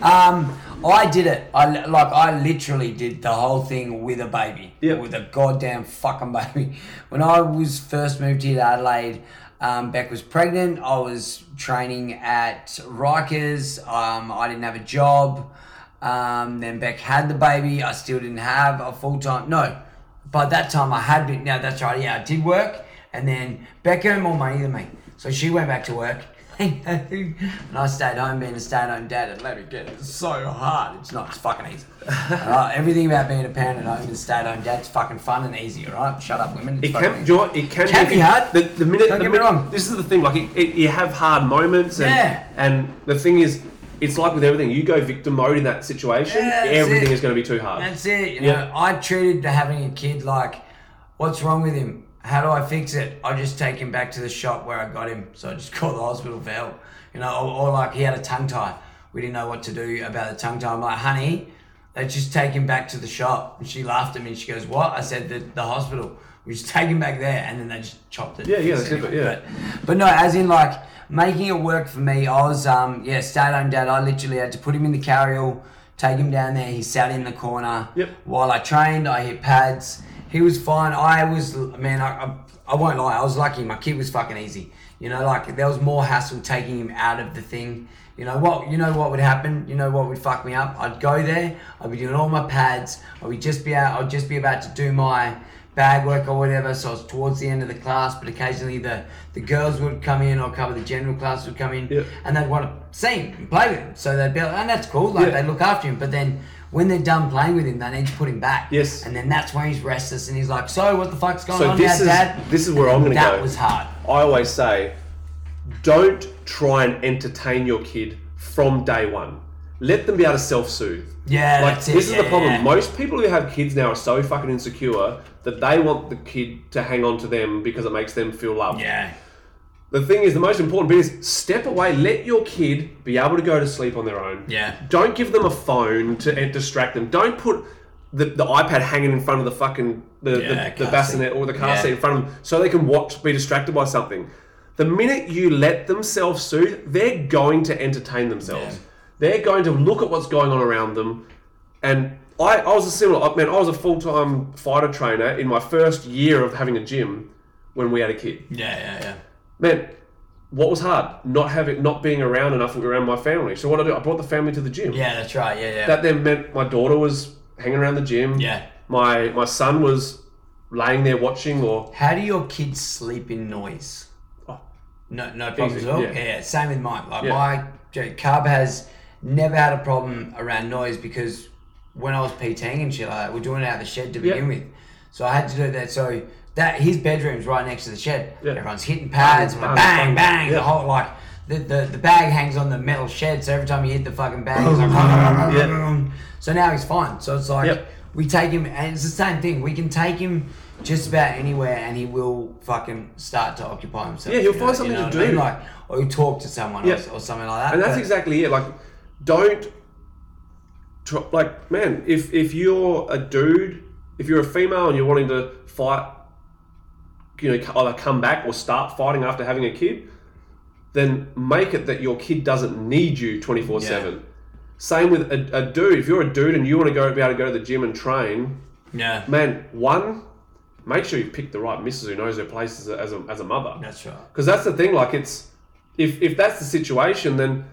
S1: um, I did it. I li- like I literally did the whole thing with a baby.
S2: Yep.
S1: With a goddamn fucking baby. When I was first moved here to Adelaide, um, Beck was pregnant. I was training at Rikers. Um, I didn't have a job. Um, then Beck had the baby. I still didn't have a full time. No, by that time I had been. No, that's right. Yeah, I did work, and then Beck earned more money than me, so she went back to work. and I stayed home being a stay-at-home dad. And let me get it, it's so hard. It's not. It's fucking easy. Alright, everything about being a parent at home and a stay-at-home dad's fucking fun and easy. All right, shut up, women. It's
S2: It
S1: fucking
S2: can,
S1: easy.
S2: do you know what? it can,
S1: Can be hard.
S2: The, the minute,
S1: Don't
S2: the
S1: get me
S2: minute-
S1: wrong.
S2: This is the thing. Like it, it, you have hard moments, and
S1: Yeah.
S2: and the thing is, it's like with everything. You go victim mode in that situation,
S1: Yeah, that's
S2: everything
S1: it.
S2: is going to be too hard.
S1: That's it. You
S2: Yeah.
S1: know, I treated having a kid like, what's wrong with him? How do I fix it? I just take him back to the shop where I got him. So I just call the hospital for help. You know, or, or like he had a tongue tie. We didn't know what to do about the tongue tie. I'm like, honey, let's just take him back to the shop. And she laughed at me and she goes, What? I said, The, the hospital. We just take him back there. And then they just chopped it.
S2: Yeah, yeah, that's it, yeah.
S1: But, but no, as in like making it work for me, I was, um, yeah, stay at home dad. I literally had to put him in the carryall, take him down there. He sat in the corner.
S2: Yep.
S1: While I trained, I hit pads. He was fine. I was, man, I, I, I won't lie, I was lucky. My kid was fucking easy. You know, like there was more hassle taking him out of the thing. You know what? You know what would happen. You know what would fuck me up. I'd go there. I'd be doing all my pads. I would just be out. I'd just be about to do my bag work or whatever. So it's towards the end of the class. But occasionally the the girls would come in or cover the general class would come in,
S2: Yeah.
S1: and they'd want to see him and play with him. So they'd be like, and that's cool. Like
S2: Yeah.
S1: they look after him. But then when they're done playing with him, they need to put him back.
S2: Yes.
S1: And then that's when he's restless and he's like, so what the fuck's going
S2: So
S1: on
S2: this
S1: now,
S2: is
S1: Dad?
S2: this is where I'm going to go.
S1: That was hard.
S2: I always say, don't try and entertain your kid from day one. Let them be able to self-soothe.
S1: Yeah,
S2: like
S1: that's it,
S2: this is
S1: yeah,
S2: the problem.
S1: yeah.
S2: Most people who have kids now are so fucking insecure that they want the kid to hang on to them because it makes them feel loved.
S1: Yeah.
S2: The thing is, the most important bit is step away. Let your kid be able to go to sleep on their own.
S1: Yeah.
S2: Don't give them a phone to and distract them. Don't put the, the iPad hanging in front of the fucking the,
S1: Yeah,
S2: the, the
S1: car
S2: bassinet
S1: seat.
S2: or the car
S1: Yeah.
S2: seat in front of them so they can watch, be distracted by something. The minute you let themselves soothe, they're going to entertain themselves.
S1: Yeah.
S2: They're going to look at what's going on around them. And I, I was a similar, I- man, I was a full time fighter trainer in my first year of having a gym when we had a kid
S1: Yeah, yeah, yeah.
S2: man, what was hard? Not having, not being around enough around my family. So what I do, I brought the family to the gym.
S1: Yeah, that's right. Yeah, yeah.
S2: That then meant my daughter was hanging around the gym.
S1: Yeah.
S2: My my son was laying there watching, or
S1: How do your kids sleep in noise?
S2: Oh.
S1: No, no problems
S2: Easy,
S1: at all.
S2: yeah.
S1: Yeah. yeah, same with mine. Like
S2: Yeah.
S1: my J- Cub has never had a problem around noise because when I was PTing and shit like that, we're doing it out of the shed to begin with. So I had to do that. So that his bedroom's right next to the shed.
S2: Yeah.
S1: Everyone's hitting pads, bang,
S2: Bang,
S1: bang,
S2: bang,
S1: The
S2: yeah.
S1: whole like the, the the bag hangs on the metal shed, so every time you hit the fucking bag, it's like. So now he's fine. So it's like
S2: Yep.
S1: we take him, and it's the same thing. We can take him just about anywhere, and he will fucking start to occupy himself.
S2: Yeah, he'll
S1: you
S2: find something to
S1: what I mean?
S2: do.
S1: Like, or he'll talk to someone
S2: Yep.
S1: else or something like that.
S2: and that's
S1: but-
S2: exactly it. Like, don't, tr- like, man, if if you're a dude, if you're a female and you're wanting to fight, you know, either come back or start fighting after having a kid, then make it that your kid doesn't need you 24 7. Same with a, a dude. If you're a dude and you want to go be able to go to the gym and train,
S1: yeah,
S2: man, one, make sure you pick the right missus who knows her place as a, as a, as a mother.
S1: that's right.
S2: Because that's the thing, like it's if if that's the situation, then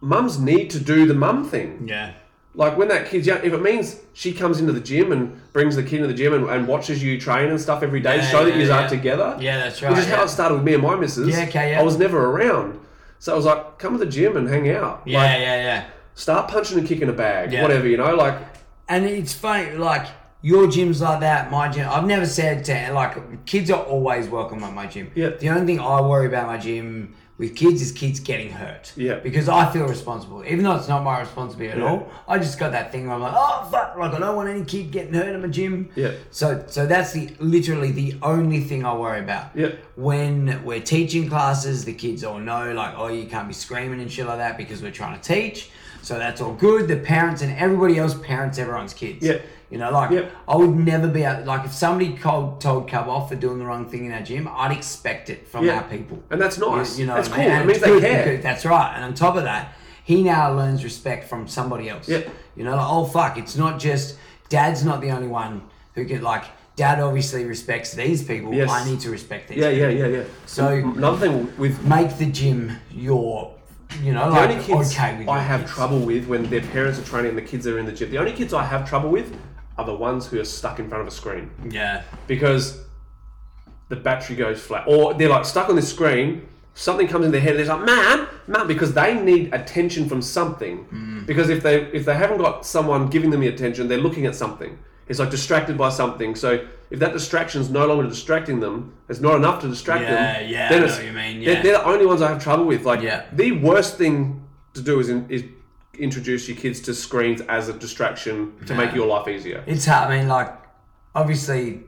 S2: mums need to do the mum thing.
S1: Yeah,
S2: Like when that kid's young, if it means she comes into the gym and brings the kid into the gym and, and watches you train and stuff every day,
S1: Yeah,
S2: show that
S1: yeah,
S2: you
S1: yeah.
S2: are together.
S1: Yeah, that's
S2: Which is
S1: right,
S2: how
S1: yeah.
S2: it started with me and my missus.
S1: Yeah, okay, yeah.
S2: I was never around, so I was like, come to the gym and hang out.
S1: yeah,
S2: like,
S1: yeah, yeah.
S2: Start punching and kicking a bag,
S1: Yeah.
S2: whatever you know. Like,
S1: And it's funny, like your gym's like that, my gym. I've never said to like kids are always welcome at my gym.
S2: Yeah.
S1: The only thing I worry about my gym with kids is kids getting hurt.
S2: Yeah.
S1: Because I feel responsible, even though it's not my responsibility at all. I just got that thing where I'm like, oh fuck, like I don't want any kid getting hurt at my gym.
S2: Yeah.
S1: So so that's the literally the only thing I worry about.
S2: Yeah.
S1: When we're teaching classes, the kids all know like, oh, you can't be screaming and shit like that because we're trying to teach. So that's all good. The parents and everybody else parents everyone's kids.
S2: Yeah.
S1: You know, like
S2: Yeah.
S1: I would never be able- like if somebody called, told Cub off for doing the wrong thing in our gym, I'd expect it from
S2: Yeah.
S1: our people.
S2: And that's nice. That's
S1: what I
S2: cool.
S1: mean?
S2: It
S1: And
S2: means
S1: it's
S2: they
S1: good
S2: care.
S1: because- That's right. And on top of that, he now learns respect from somebody else.
S2: Yeah.
S1: You know, like, oh fuck, it's not just dad's not the only one who can like dad obviously respects these people.
S2: Yes.
S1: I need to respect these.
S2: yeah,
S1: people.
S2: yeah, yeah, yeah.
S1: So-
S2: another thing with
S1: Make the gym your, you know,
S2: The
S1: like
S2: only kids
S1: okay with
S2: I
S1: your
S2: have
S1: kids.
S2: trouble with when their parents are training and the kids are in the gym. The only kids I have trouble with are the ones who are stuck in front of a screen
S1: Yeah.
S2: because the battery goes flat, or they're like stuck on this screen. Something comes in their head, and they're like, "Man, man," because they need attention from something.
S1: Mm.
S2: Because if they if they haven't got someone giving them the attention, they're looking at something. It's like distracted by something. So if that distraction's no longer distracting them, it's not enough to distract
S1: Yeah,
S2: them.
S1: yeah, I
S2: then
S1: know
S2: it's-
S1: what you mean,
S2: they're-
S1: yeah.
S2: they're the only ones I have trouble with. Like
S1: Yeah.
S2: the worst thing to do is in, is introduce your kids to screens as a distraction to make your life easier.
S1: It's hard. I mean, like, obviously,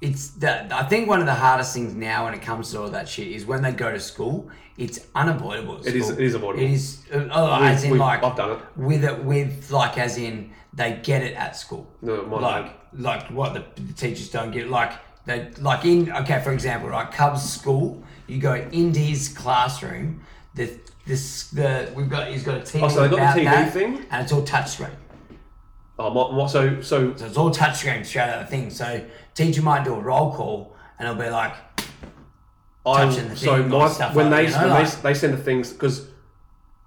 S1: it's the, I think one of the hardest things now when it comes to all that shit is when they go to school, it's unavoidable. At
S2: It is-
S1: school.
S2: it is avoidable.
S1: It is, uh, oh, as in
S2: we've-
S1: like
S2: I've done it.
S1: with it with like as in they get it at school.
S2: No, mine
S1: like like what the, the teachers don't get like they like in okay for example right Cubs school you go into his classroom the this the we've got he's got a TV
S2: Oh, so they got
S1: about
S2: the TV
S1: that,
S2: thing?
S1: and it's all touchscreen.
S2: Oh, my, my, so so
S1: So it's all touchscreen straight out of the thing. So teacher might do a roll call and it'll be like,
S2: I
S1: touching the
S2: so
S1: thing or
S2: my
S1: stuff
S2: when
S1: like
S2: they
S1: that, you know,
S2: when
S1: like-
S2: they, they send the things because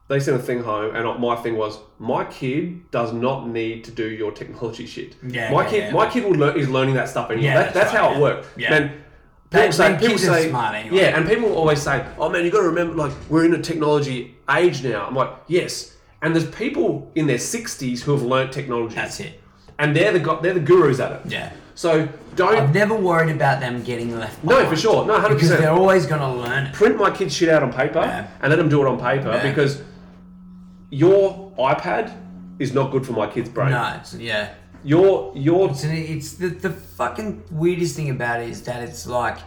S2: they send a thing home and my thing was my kid does not need to do your technology shit.
S1: Yeah,
S2: my
S1: yeah,
S2: kid
S1: yeah.
S2: my kid will learn is learning that stuff anyway.
S1: Yeah,
S2: that,
S1: that's
S2: that's
S1: right,
S2: how
S1: yeah.
S2: it worked.
S1: Yeah.
S2: Man, people
S1: They-
S2: say
S1: they-
S2: people
S1: kids are
S2: say
S1: smart anyway.
S2: yeah, and people always say, "Oh man, you got to remember like we're in a technology age now." I'm like, yes. And there's people in their 60s who have learnt technology.
S1: that's it.
S2: And they're the go- they're the gurus at it.
S1: Yeah.
S2: So don't
S1: I'm never worried about them getting left
S2: no
S1: behind.
S2: for sure no 100
S1: Because
S2: percent
S1: they're always going to learn it.
S2: print my kids shit out on paper
S1: Yeah.
S2: and let them do it on paper
S1: Yeah.
S2: because your iPad is not good for my kid's brain.
S1: No, it's, yeah.
S2: Your your
S1: It's, an, it's the, the fucking weirdest thing about it is that it's like,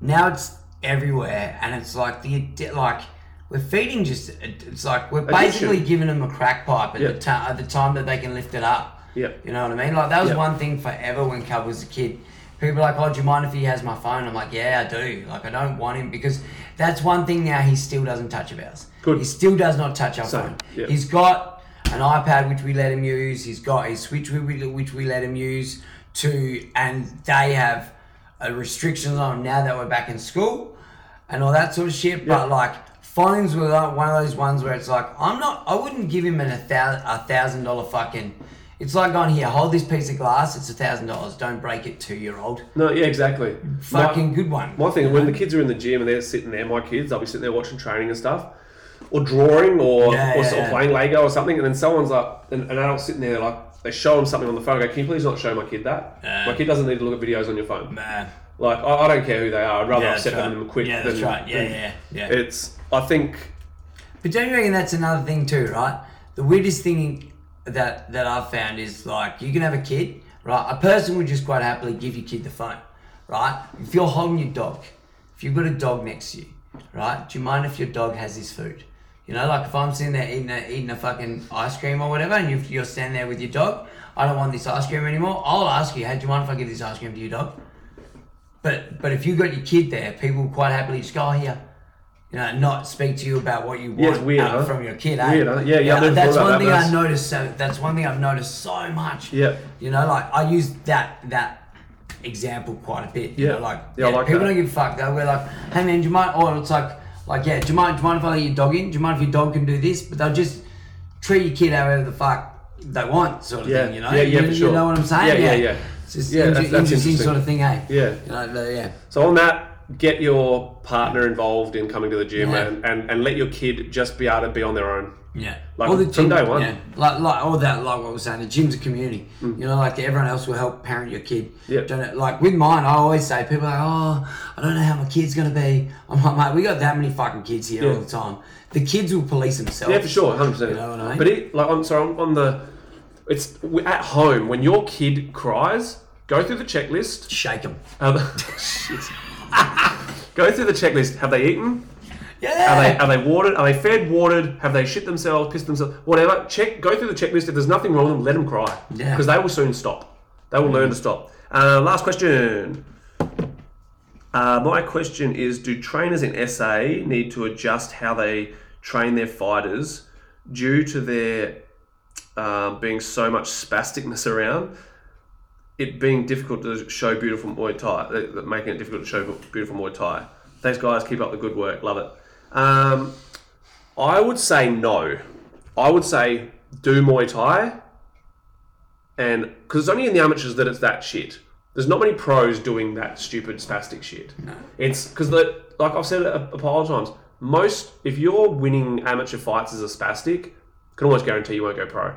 S1: now it's everywhere and it's like the, addi- like, we're feeding just, it's like, we're basically
S2: Addiction.
S1: giving them a crack pipe at,
S2: Yeah.
S1: the, ta- at the time that they can lift it up.
S2: Yeah.
S1: You know what I mean? Like that was
S2: Yeah.
S1: one thing forever when Cub was a kid. People were like, oh, do you mind if he has my phone? I'm like, yeah, I do. Like, I don't want him because that's one thing now he still doesn't touch of ours.
S2: Good.
S1: He still does not touch our
S2: Same.
S1: phone.
S2: Yeah.
S1: He's got an iPad which we let him use. He's got his Switch we- we- which we let him use. To and they have uh, restrictions on him now that we're back in school and all that sort of shit. But like phones were like one of those ones where it's like I'm not. I wouldn't give him an a thousand a thousand dollar fucking. It's like going here. Hold this piece of glass. It's a thousand dollars. Don't break it, two year old.
S2: no yeah exactly.
S1: Fucking
S2: my,
S1: good one.
S2: my thing when the kids are in the gym and they're sitting there, my kids, they'll be sitting there watching training and stuff, or drawing, or
S1: Yeah, yeah,
S2: or, sort of
S1: yeah.
S2: playing Lego or something, and then someone's like an, an adult sitting there like they show them something on the phone. I go, can you please not show my kid that?
S1: Yeah.
S2: My kid doesn't need to look at videos on your phone.
S1: Man.
S2: Like I, I don't care who they are. I'd rather
S1: Uh, Yeah, that's
S2: upset
S1: right.
S2: them and quit.
S1: Yeah, that's
S2: than-
S1: right. Yeah,
S2: than-
S1: yeah, yeah.
S2: It's I think
S1: But don't you reckon that's another thing too, right? The weirdest thing that that I've found is like you can have a kid, right? A person would just quite happily give your kid the phone, right? If you're holding your dog, if you've got a dog next to you, right? Do you mind if your dog has his food? You know, like if I'm sitting there eating a, eating a fucking ice cream or whatever, and you, you're standing there with your dog, I don't want this ice cream anymore. I'll ask you, hey, do you mind if I give this ice cream to your dog? But but if you got your kid there, people quite happily just go, oh, here. You know, not speak to you about what you want
S2: Yeah, it's weird,
S1: uh,
S2: huh?
S1: from your kid, eh?
S2: Weird, huh? Yeah, yeah, I never
S1: that's
S2: thought about
S1: one
S2: that,
S1: thing
S2: but
S1: I
S2: that's-
S1: noticed. So that's one thing I've noticed so much.
S2: Yeah.
S1: You know, like I use that that example quite a bit. You
S2: Yeah.
S1: know, like,
S2: Yeah, I like
S1: people
S2: that.
S1: don't give a fuck. They'll be like, hey man, do you mind? Or it's like, like yeah, do you mind? Do you mind if I let your dog in? Do you mind if your dog can do this? But they'll just treat your kid however the fuck they want, sort of
S2: Yeah.
S1: thing. You know,
S2: Yeah, yeah,
S1: you,
S2: for
S1: you
S2: sure.
S1: know what I'm saying?
S2: Yeah, yeah, yeah.
S1: It's just
S2: Yeah,
S1: inter-
S2: that's- that's
S1: interesting,
S2: interesting.
S1: sort of thing, eh?
S2: Yeah.
S1: You know, the- yeah.
S2: So on that, get your partner involved in coming to the gym
S1: Yeah.
S2: and, and, and let your kid just be able to be on their own.
S1: Yeah.
S2: Like,
S1: Or
S2: from day one. Mm.
S1: Yeah. Like, like all that, like what we're saying, the gym's a community. You know, like everyone else will help parent your kid.
S2: Yeah.
S1: Don't it? Like with mine, I always say, people are like, oh, I don't know how my kid's going to be. I'm like, mate, we got that many fucking kids here all the time. The kids will police themselves.
S2: Yeah, for sure, hundred percent.
S1: You know what I mean?
S2: But it, like, I'm sorry, on, on the, it's w- at home when your kid cries, go through the checklist.
S1: Shake them.
S2: Have, shit. go through the checklist. Have they eaten?
S1: Yeah.
S2: Are they uh, are they watered? Are they fed? Watered? Have they shit themselves? Pissed themselves? Whatever. Check. Go through the checklist. If there's nothing wrong with them, let them cry.
S1: Yeah.
S2: Because they will soon stop. They will learn to stop. Uh, last question. Uh, my question is: Do trainers in SA need to adjust how they train their fighters due to their um, being so much spasticness around? It being difficult to show beautiful Muay Thai, uh, making it difficult to show beautiful Muay Thai. Thanks, guys. Keep up the good work. Love it. Um, I would say no. I would say do Muay Thai, and because it's only in the amateurs that it's that shit. There's not many pros doing that stupid spastic shit. No. It's because like I've said it a, a pile of times. Most if you're winning amateur fights as a spastic, can almost guarantee you won't go pro.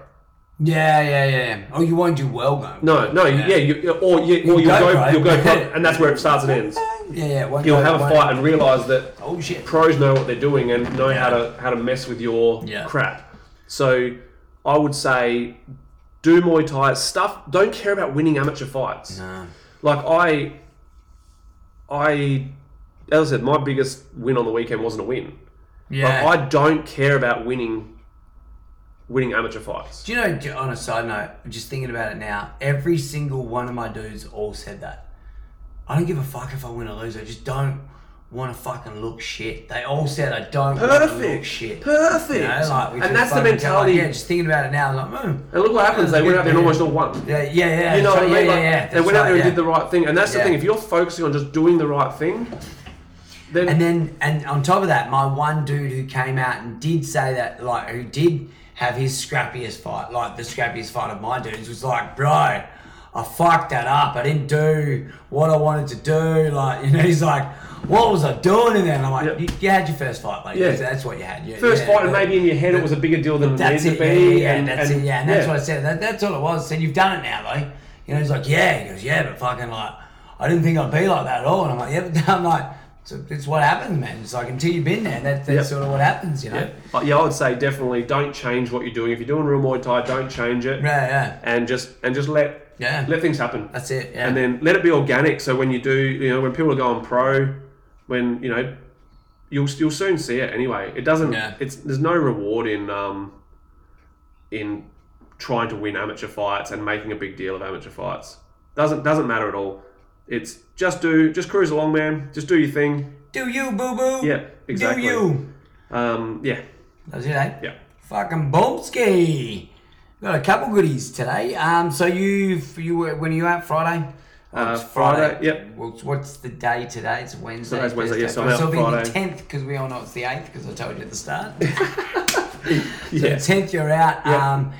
S1: yeah, yeah, yeah. Oh, you won't do well, though.
S2: No, no, yeah, you, or you, or you'll,
S1: go
S2: go,
S1: pro.
S2: you'll go pro, and that's where it starts and ends.
S1: Yeah, yeah. Won't
S2: You'll
S1: go-
S2: have a
S1: won't-
S2: fight and realize that
S1: Oh, shit.
S2: pros know what they're doing and know how to how to mess with your
S1: Yeah.
S2: crap. So I would say do Muay Thai stuff. Don't care about winning amateur fights. Like I I, as I said, my biggest win on the weekend wasn't a win.
S1: Yeah.
S2: Like, I don't care about winning, winning amateur fights.
S1: Do you know, j- on a side note, I'm just thinking about it now, every single one of my dudes all said that. I don't give a fuck if I win or lose. I just don't want to fucking look shit. They all said I don't want to look
S2: Perfect.
S1: shit.
S2: Perfect.
S1: You know, like, which
S2: And
S1: is
S2: that's the
S1: fucking
S2: mentality-
S1: Yeah, just thinking about it now, I'm like, mm.
S2: And look what happens. They went out there and almost all won.
S1: Yeah, yeah, yeah.
S2: You know
S1: that's
S2: what
S1: right,
S2: I mean?
S1: Yeah,
S2: Like,
S1: yeah, yeah.
S2: they went out there and did the
S1: right.
S2: right thing, and that's
S1: Yeah.
S2: the thing. If you're focusing on just doing the right thing, then
S1: And then, and on top of that, my one dude who came out and did say that, like, who did have his scrappiest fight, like the scrappiest fight of my dudes, was like, bro, I fucked that up. I didn't do what I wanted to do. Like, you know, he's like, what was I doing in there? And I'm like,
S2: Yeah.
S1: you, you had your first fight, like,
S2: Yeah.
S1: that's what you had. Yeah,
S2: first
S1: yeah,
S2: fight, and
S1: yeah.
S2: maybe in your head it was a bigger deal than it
S1: That's
S2: needed
S1: it,
S2: to
S1: yeah,
S2: be.
S1: yeah, yeah,
S2: and,
S1: that's
S2: and-
S1: it, yeah, and that's
S2: yeah.
S1: what I said. That, that's all it was. I said, you've done it now, though. You know, he's like, yeah. He goes, yeah, but fucking like, I didn't think I'd be like that at all. And I'm like, yeah, but I'm like, it's, it's what happens, man. It's like until you've been there, that, that's
S2: Yep.
S1: sort of what happens, you know.
S2: Yeah. But yeah, I would say definitely don't change what you're doing. If you're doing real Muay Thai, don't change it.
S1: Yeah, yeah,
S2: And just and just let
S1: Yeah.
S2: let things happen.
S1: that's it. Yeah,
S2: And then let it be organic. So when you do, you know, when people are going pro, when you know, you'll you'll soon see it anyway. It doesn't.
S1: Yeah.
S2: It's there's no reward in um in trying to win amateur fights and making a big deal of amateur fights. Doesn't doesn't matter at all. It's just do just cruise along, man. Just do your thing.
S1: do you boo boo?
S2: Yeah, exactly.
S1: Do you?
S2: Um, yeah,
S1: That's it, eh?
S2: yeah.
S1: Fucking Bomski. Got a couple goodies today. Um, so you you were when are you out Friday?
S2: Uh,
S1: Oh, It's
S2: Friday, yep.
S1: What's, what's the day today? It's Wednesday.
S2: Today's Wednesday,
S1: Thursday.
S2: yes, I'm out
S1: so it'll be the
S2: Friday.
S1: tenth because we all know it's the eighth because I told you at the start.
S2: Yeah.
S1: tenth, you're out. Um,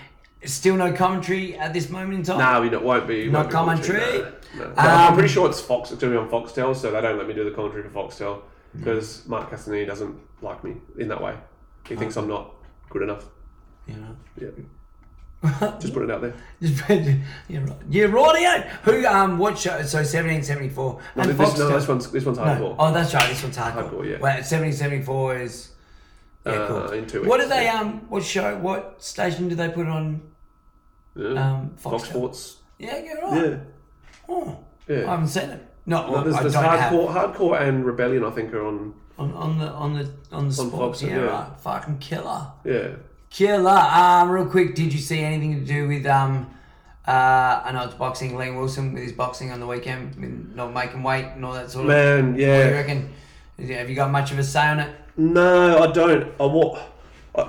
S1: still no commentary at this moment in time.
S2: No, we don't, won't be.
S1: No
S2: won't be
S1: commentary?
S2: No, no. No, I'm
S1: Um,
S2: pretty sure it's Fox. It's going to be on Foxtel, so they don't let me do the commentary for Foxtel
S1: Hmm.
S2: because Mark Castaneda doesn't like me in that way. He
S1: Ah.
S2: thinks I'm not good enough.
S1: You know.
S2: Yeah. Just put it out there.
S1: yeah, right. Yeah, rightio. Who? Um, what show? So seventeen seventy four.
S2: No, this, no, this one's this one's hardcore.
S1: Oh, that's right. This one's hardcore.
S2: Hardcore, yeah.
S1: Well, seventeen seventy four is. Yeah, cool.
S2: Uh, in two
S1: What do
S2: weeks,
S1: they?
S2: yeah.
S1: Um, what show? What station do they put it on?
S2: Yeah.
S1: Um,
S2: Fox
S1: Foxtel?
S2: Sports.
S1: Yeah, you're right.
S2: Yeah.
S1: Oh, I
S2: Yeah.
S1: haven't seen it. No,
S2: No, there's
S1: I
S2: there's
S1: don't have
S2: hardcore, hardcore and rebellion. I think are on.
S1: on, on the on the on the sports.
S2: Fox,
S1: yeah,
S2: yeah.
S1: right. Fucking killer,
S2: Yeah.
S1: killer. Um, real quick, did you see anything to do with um? Uh, I know it's boxing. Liam Wilson with his boxing on the weekend, with not making weight and all that sort of.
S2: Man,
S1: What do you
S2: yeah.
S1: reckon? Is it- Have you got much of a say on it?
S2: No, I don't. I what? I,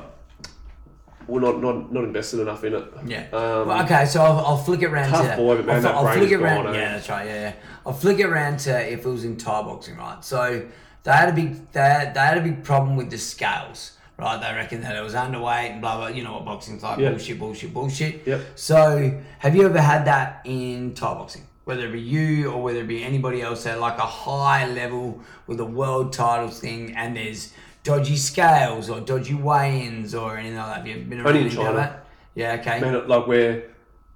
S2: we're not, not not invested enough in it.
S1: Yeah.
S2: Um,
S1: well, okay, so I'll, I'll flick it around
S2: Tough
S1: to
S2: boy, but man,
S1: I'll,
S2: that
S1: I'll
S2: brain
S1: flick
S2: is
S1: it around.
S2: gone, eh?
S1: Yeah, that's right. Yeah, yeah. I'll flick it around to if it was in Thai boxing, right? So they had a big they had, they had a big problem with the scales, right? They reckon that it was underweight and blah blah. You know what boxing's like?
S2: Yeah.
S1: Bullshit, bullshit, bullshit.
S2: Yep.
S1: So have you ever had that in Thai boxing? Whether it be you or whether it be anybody else at like a high level with a world title thing, and there's dodgy scales or dodgy weigh-ins or anything like that. Have you been around
S2: Only in
S1: any of
S2: China.
S1: that? Yeah. Okay.
S2: I mean, like where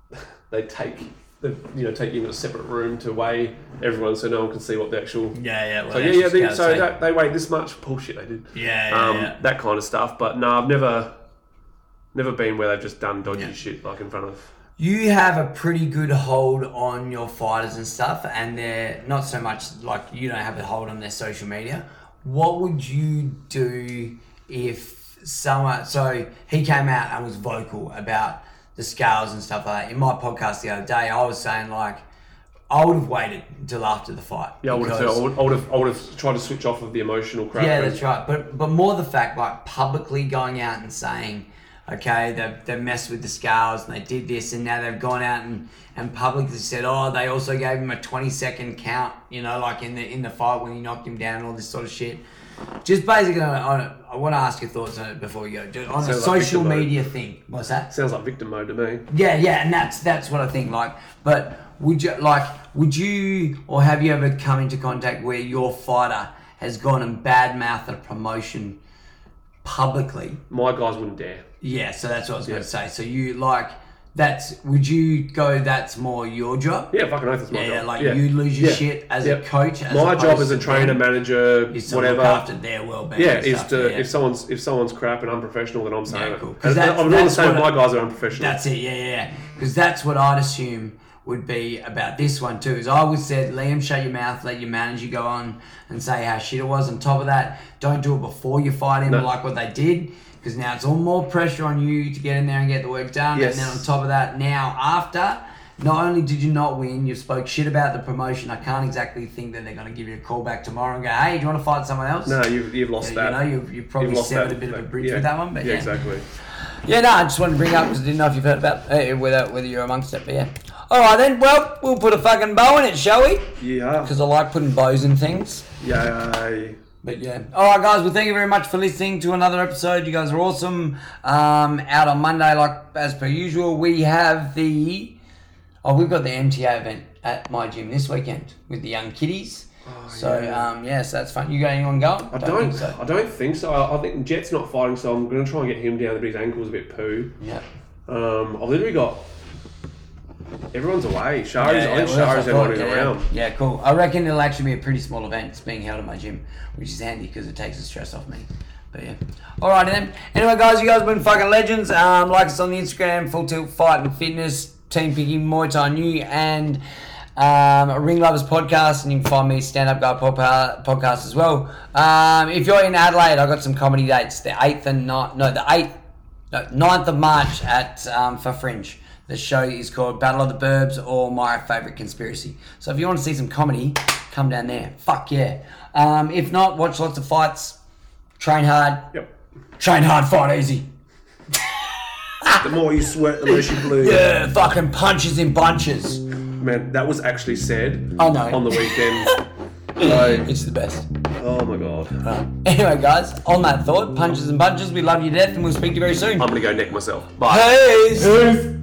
S2: they take the you know take you into a separate room to weigh everyone so no one can see what the actual.
S1: Yeah, yeah. Well,
S2: So yeah,
S1: that's
S2: yeah.
S1: just
S2: They,
S1: gotta
S2: so
S1: say-
S2: that, they weigh this much. Bullshit, they did.
S1: yeah, yeah,
S2: um,
S1: yeah.
S2: That kind of stuff. But no, I've never, never been where they've just done dodgy shit like in front of.
S1: You have a pretty good hold on your fighters and stuff, and they're not so much like you don't have a hold on their social media. What would you do if someone? So he came out and was vocal about the scales and stuff like that. In my podcast the other day, I was saying like, I would have waited until after the fight.
S2: Yeah, I would, have, I,
S1: because-
S2: would, I would have. I would have tried to switch off of the emotional crap.
S1: Yeah,
S2: and-
S1: that's right. But but more the fact like publicly going out and saying, okay, they've, they messed with the scales and they did this and now they've gone out and, and publicly said, oh, they also gave him a 20 second count, you know, like in the in the fight when he knocked him down and all this sort of shit. Just basically on, on it, I want to ask your thoughts on it before you go. Just on a
S2: Sounds like
S1: social
S2: victim mode.
S1: media thing. What's that?
S2: Sounds like victim mode to me.
S1: Yeah, yeah, and that's that's what I think. Like, but would you like would you or have you ever come into contact where your fighter has gone and badmouthed a promotion publicly?
S2: My guys wouldn't dare.
S1: Yeah, so that's what I was going to say. So you like that's would you go? That's more your job.
S2: Yeah, fucking oath, it's my
S1: Yeah,
S2: job.
S1: like, you lose your shit as a coach, as
S2: my job
S1: opposed
S2: as a
S1: to
S2: trainer,
S1: them.
S2: manager,
S1: Is to
S2: whatever.
S1: look after their well-being.
S2: Yeah,
S1: and
S2: is
S1: stuff,
S2: to
S1: yeah.
S2: if someone's if someone's crap and unprofessional, then I'm saying
S1: Yeah,
S2: it.
S1: cool. 'Cause
S2: And
S1: that's-
S2: I'm not the
S1: that's
S2: same.
S1: what
S2: My
S1: I-
S2: guys are unprofessional.
S1: That's it. Yeah, yeah, yeah. Because that's what I'd assume would be about this one too. Is I always said, Liam, shut your mouth, let your manager go on and say how shit it was. On top of that, don't do it before you fight him,
S2: No.
S1: like what they did, because now it's all more pressure on you to get in there and get the work done.
S2: Yes.
S1: And then on top of that, now after, not only did you not win, you spoke shit about the promotion. I can't exactly think that they're going to give you a call back tomorrow and go, hey, do you want to fight someone else?
S2: No, you've, you've lost
S1: Yeah, you
S2: that.
S1: know, you've- you've probably
S2: lost
S1: severed a bit of a bridge with that one, but yeah.
S2: exactly.
S1: Yeah, no, I just wanted to bring up because I didn't know if you've heard about uh, whether whether you're amongst it, but yeah. All right then. Well, we'll put a fucking bow in it, shall we?
S2: Yeah.
S1: Because I like putting bows in things.
S2: Yay.
S1: But yeah. All right, guys. Well, thank you very much for listening to another episode. You guys are awesome. Um, out on Monday, like as per usual, we have the oh, we've got the MTA event at my gym this weekend with the young kiddies. so
S2: Oh, yeah.
S1: um, yes, that's fun. You got anyone going?
S2: I don't. I don't think so. I, I think Jet's not fighting, so I'm going to try and get him down. But his ankle's a bit poo.
S1: Yeah.
S2: Um, I've literally got everyone's away. Shari's.
S1: Yeah,
S2: I
S1: yeah,
S2: think
S1: well, that's
S2: Shari's the
S1: what I
S2: only
S1: thought,
S2: one who's
S1: yeah. Yeah,
S2: around.
S1: cool. I reckon it'll actually be a pretty small event. It's being held at my gym, which is handy because it takes the stress off me. But yeah. Alrighty then. Anyway, guys, you guys have been fucking legends. Um, like us on the Instagram, Full Tilt Fight and Fitness, Team Piggy, Muay Thai New, and um, Ring Lovers Podcast. And you can find me, Stand Up Guy Podpa- Podcast as well. Um, if you're in Adelaide, I've got some comedy dates. The 8th and 9th, no, the 8th no, 9th of March at um, for Fringe. The show is called Battle of the Burbs or My Favorite Conspiracy. So if you want to see some comedy, come down there. Fuck yeah. Um, if not, watch lots of fights. Train hard.
S2: Yep.
S1: Train hard, fight easy.
S2: The more you sweat, the less you bleed.
S1: Yeah, fucking punches in bunches.
S2: Man, that was actually said
S1: I know.
S2: on the weekend. like,
S1: It's the best.
S2: oh my god.
S1: Anyway, guys, on that thought, punches and bunches, we love you to death and we'll speak to you very soon.
S2: I'm gonna go neck myself. Um, Bye.
S1: Peace.
S4: Peace.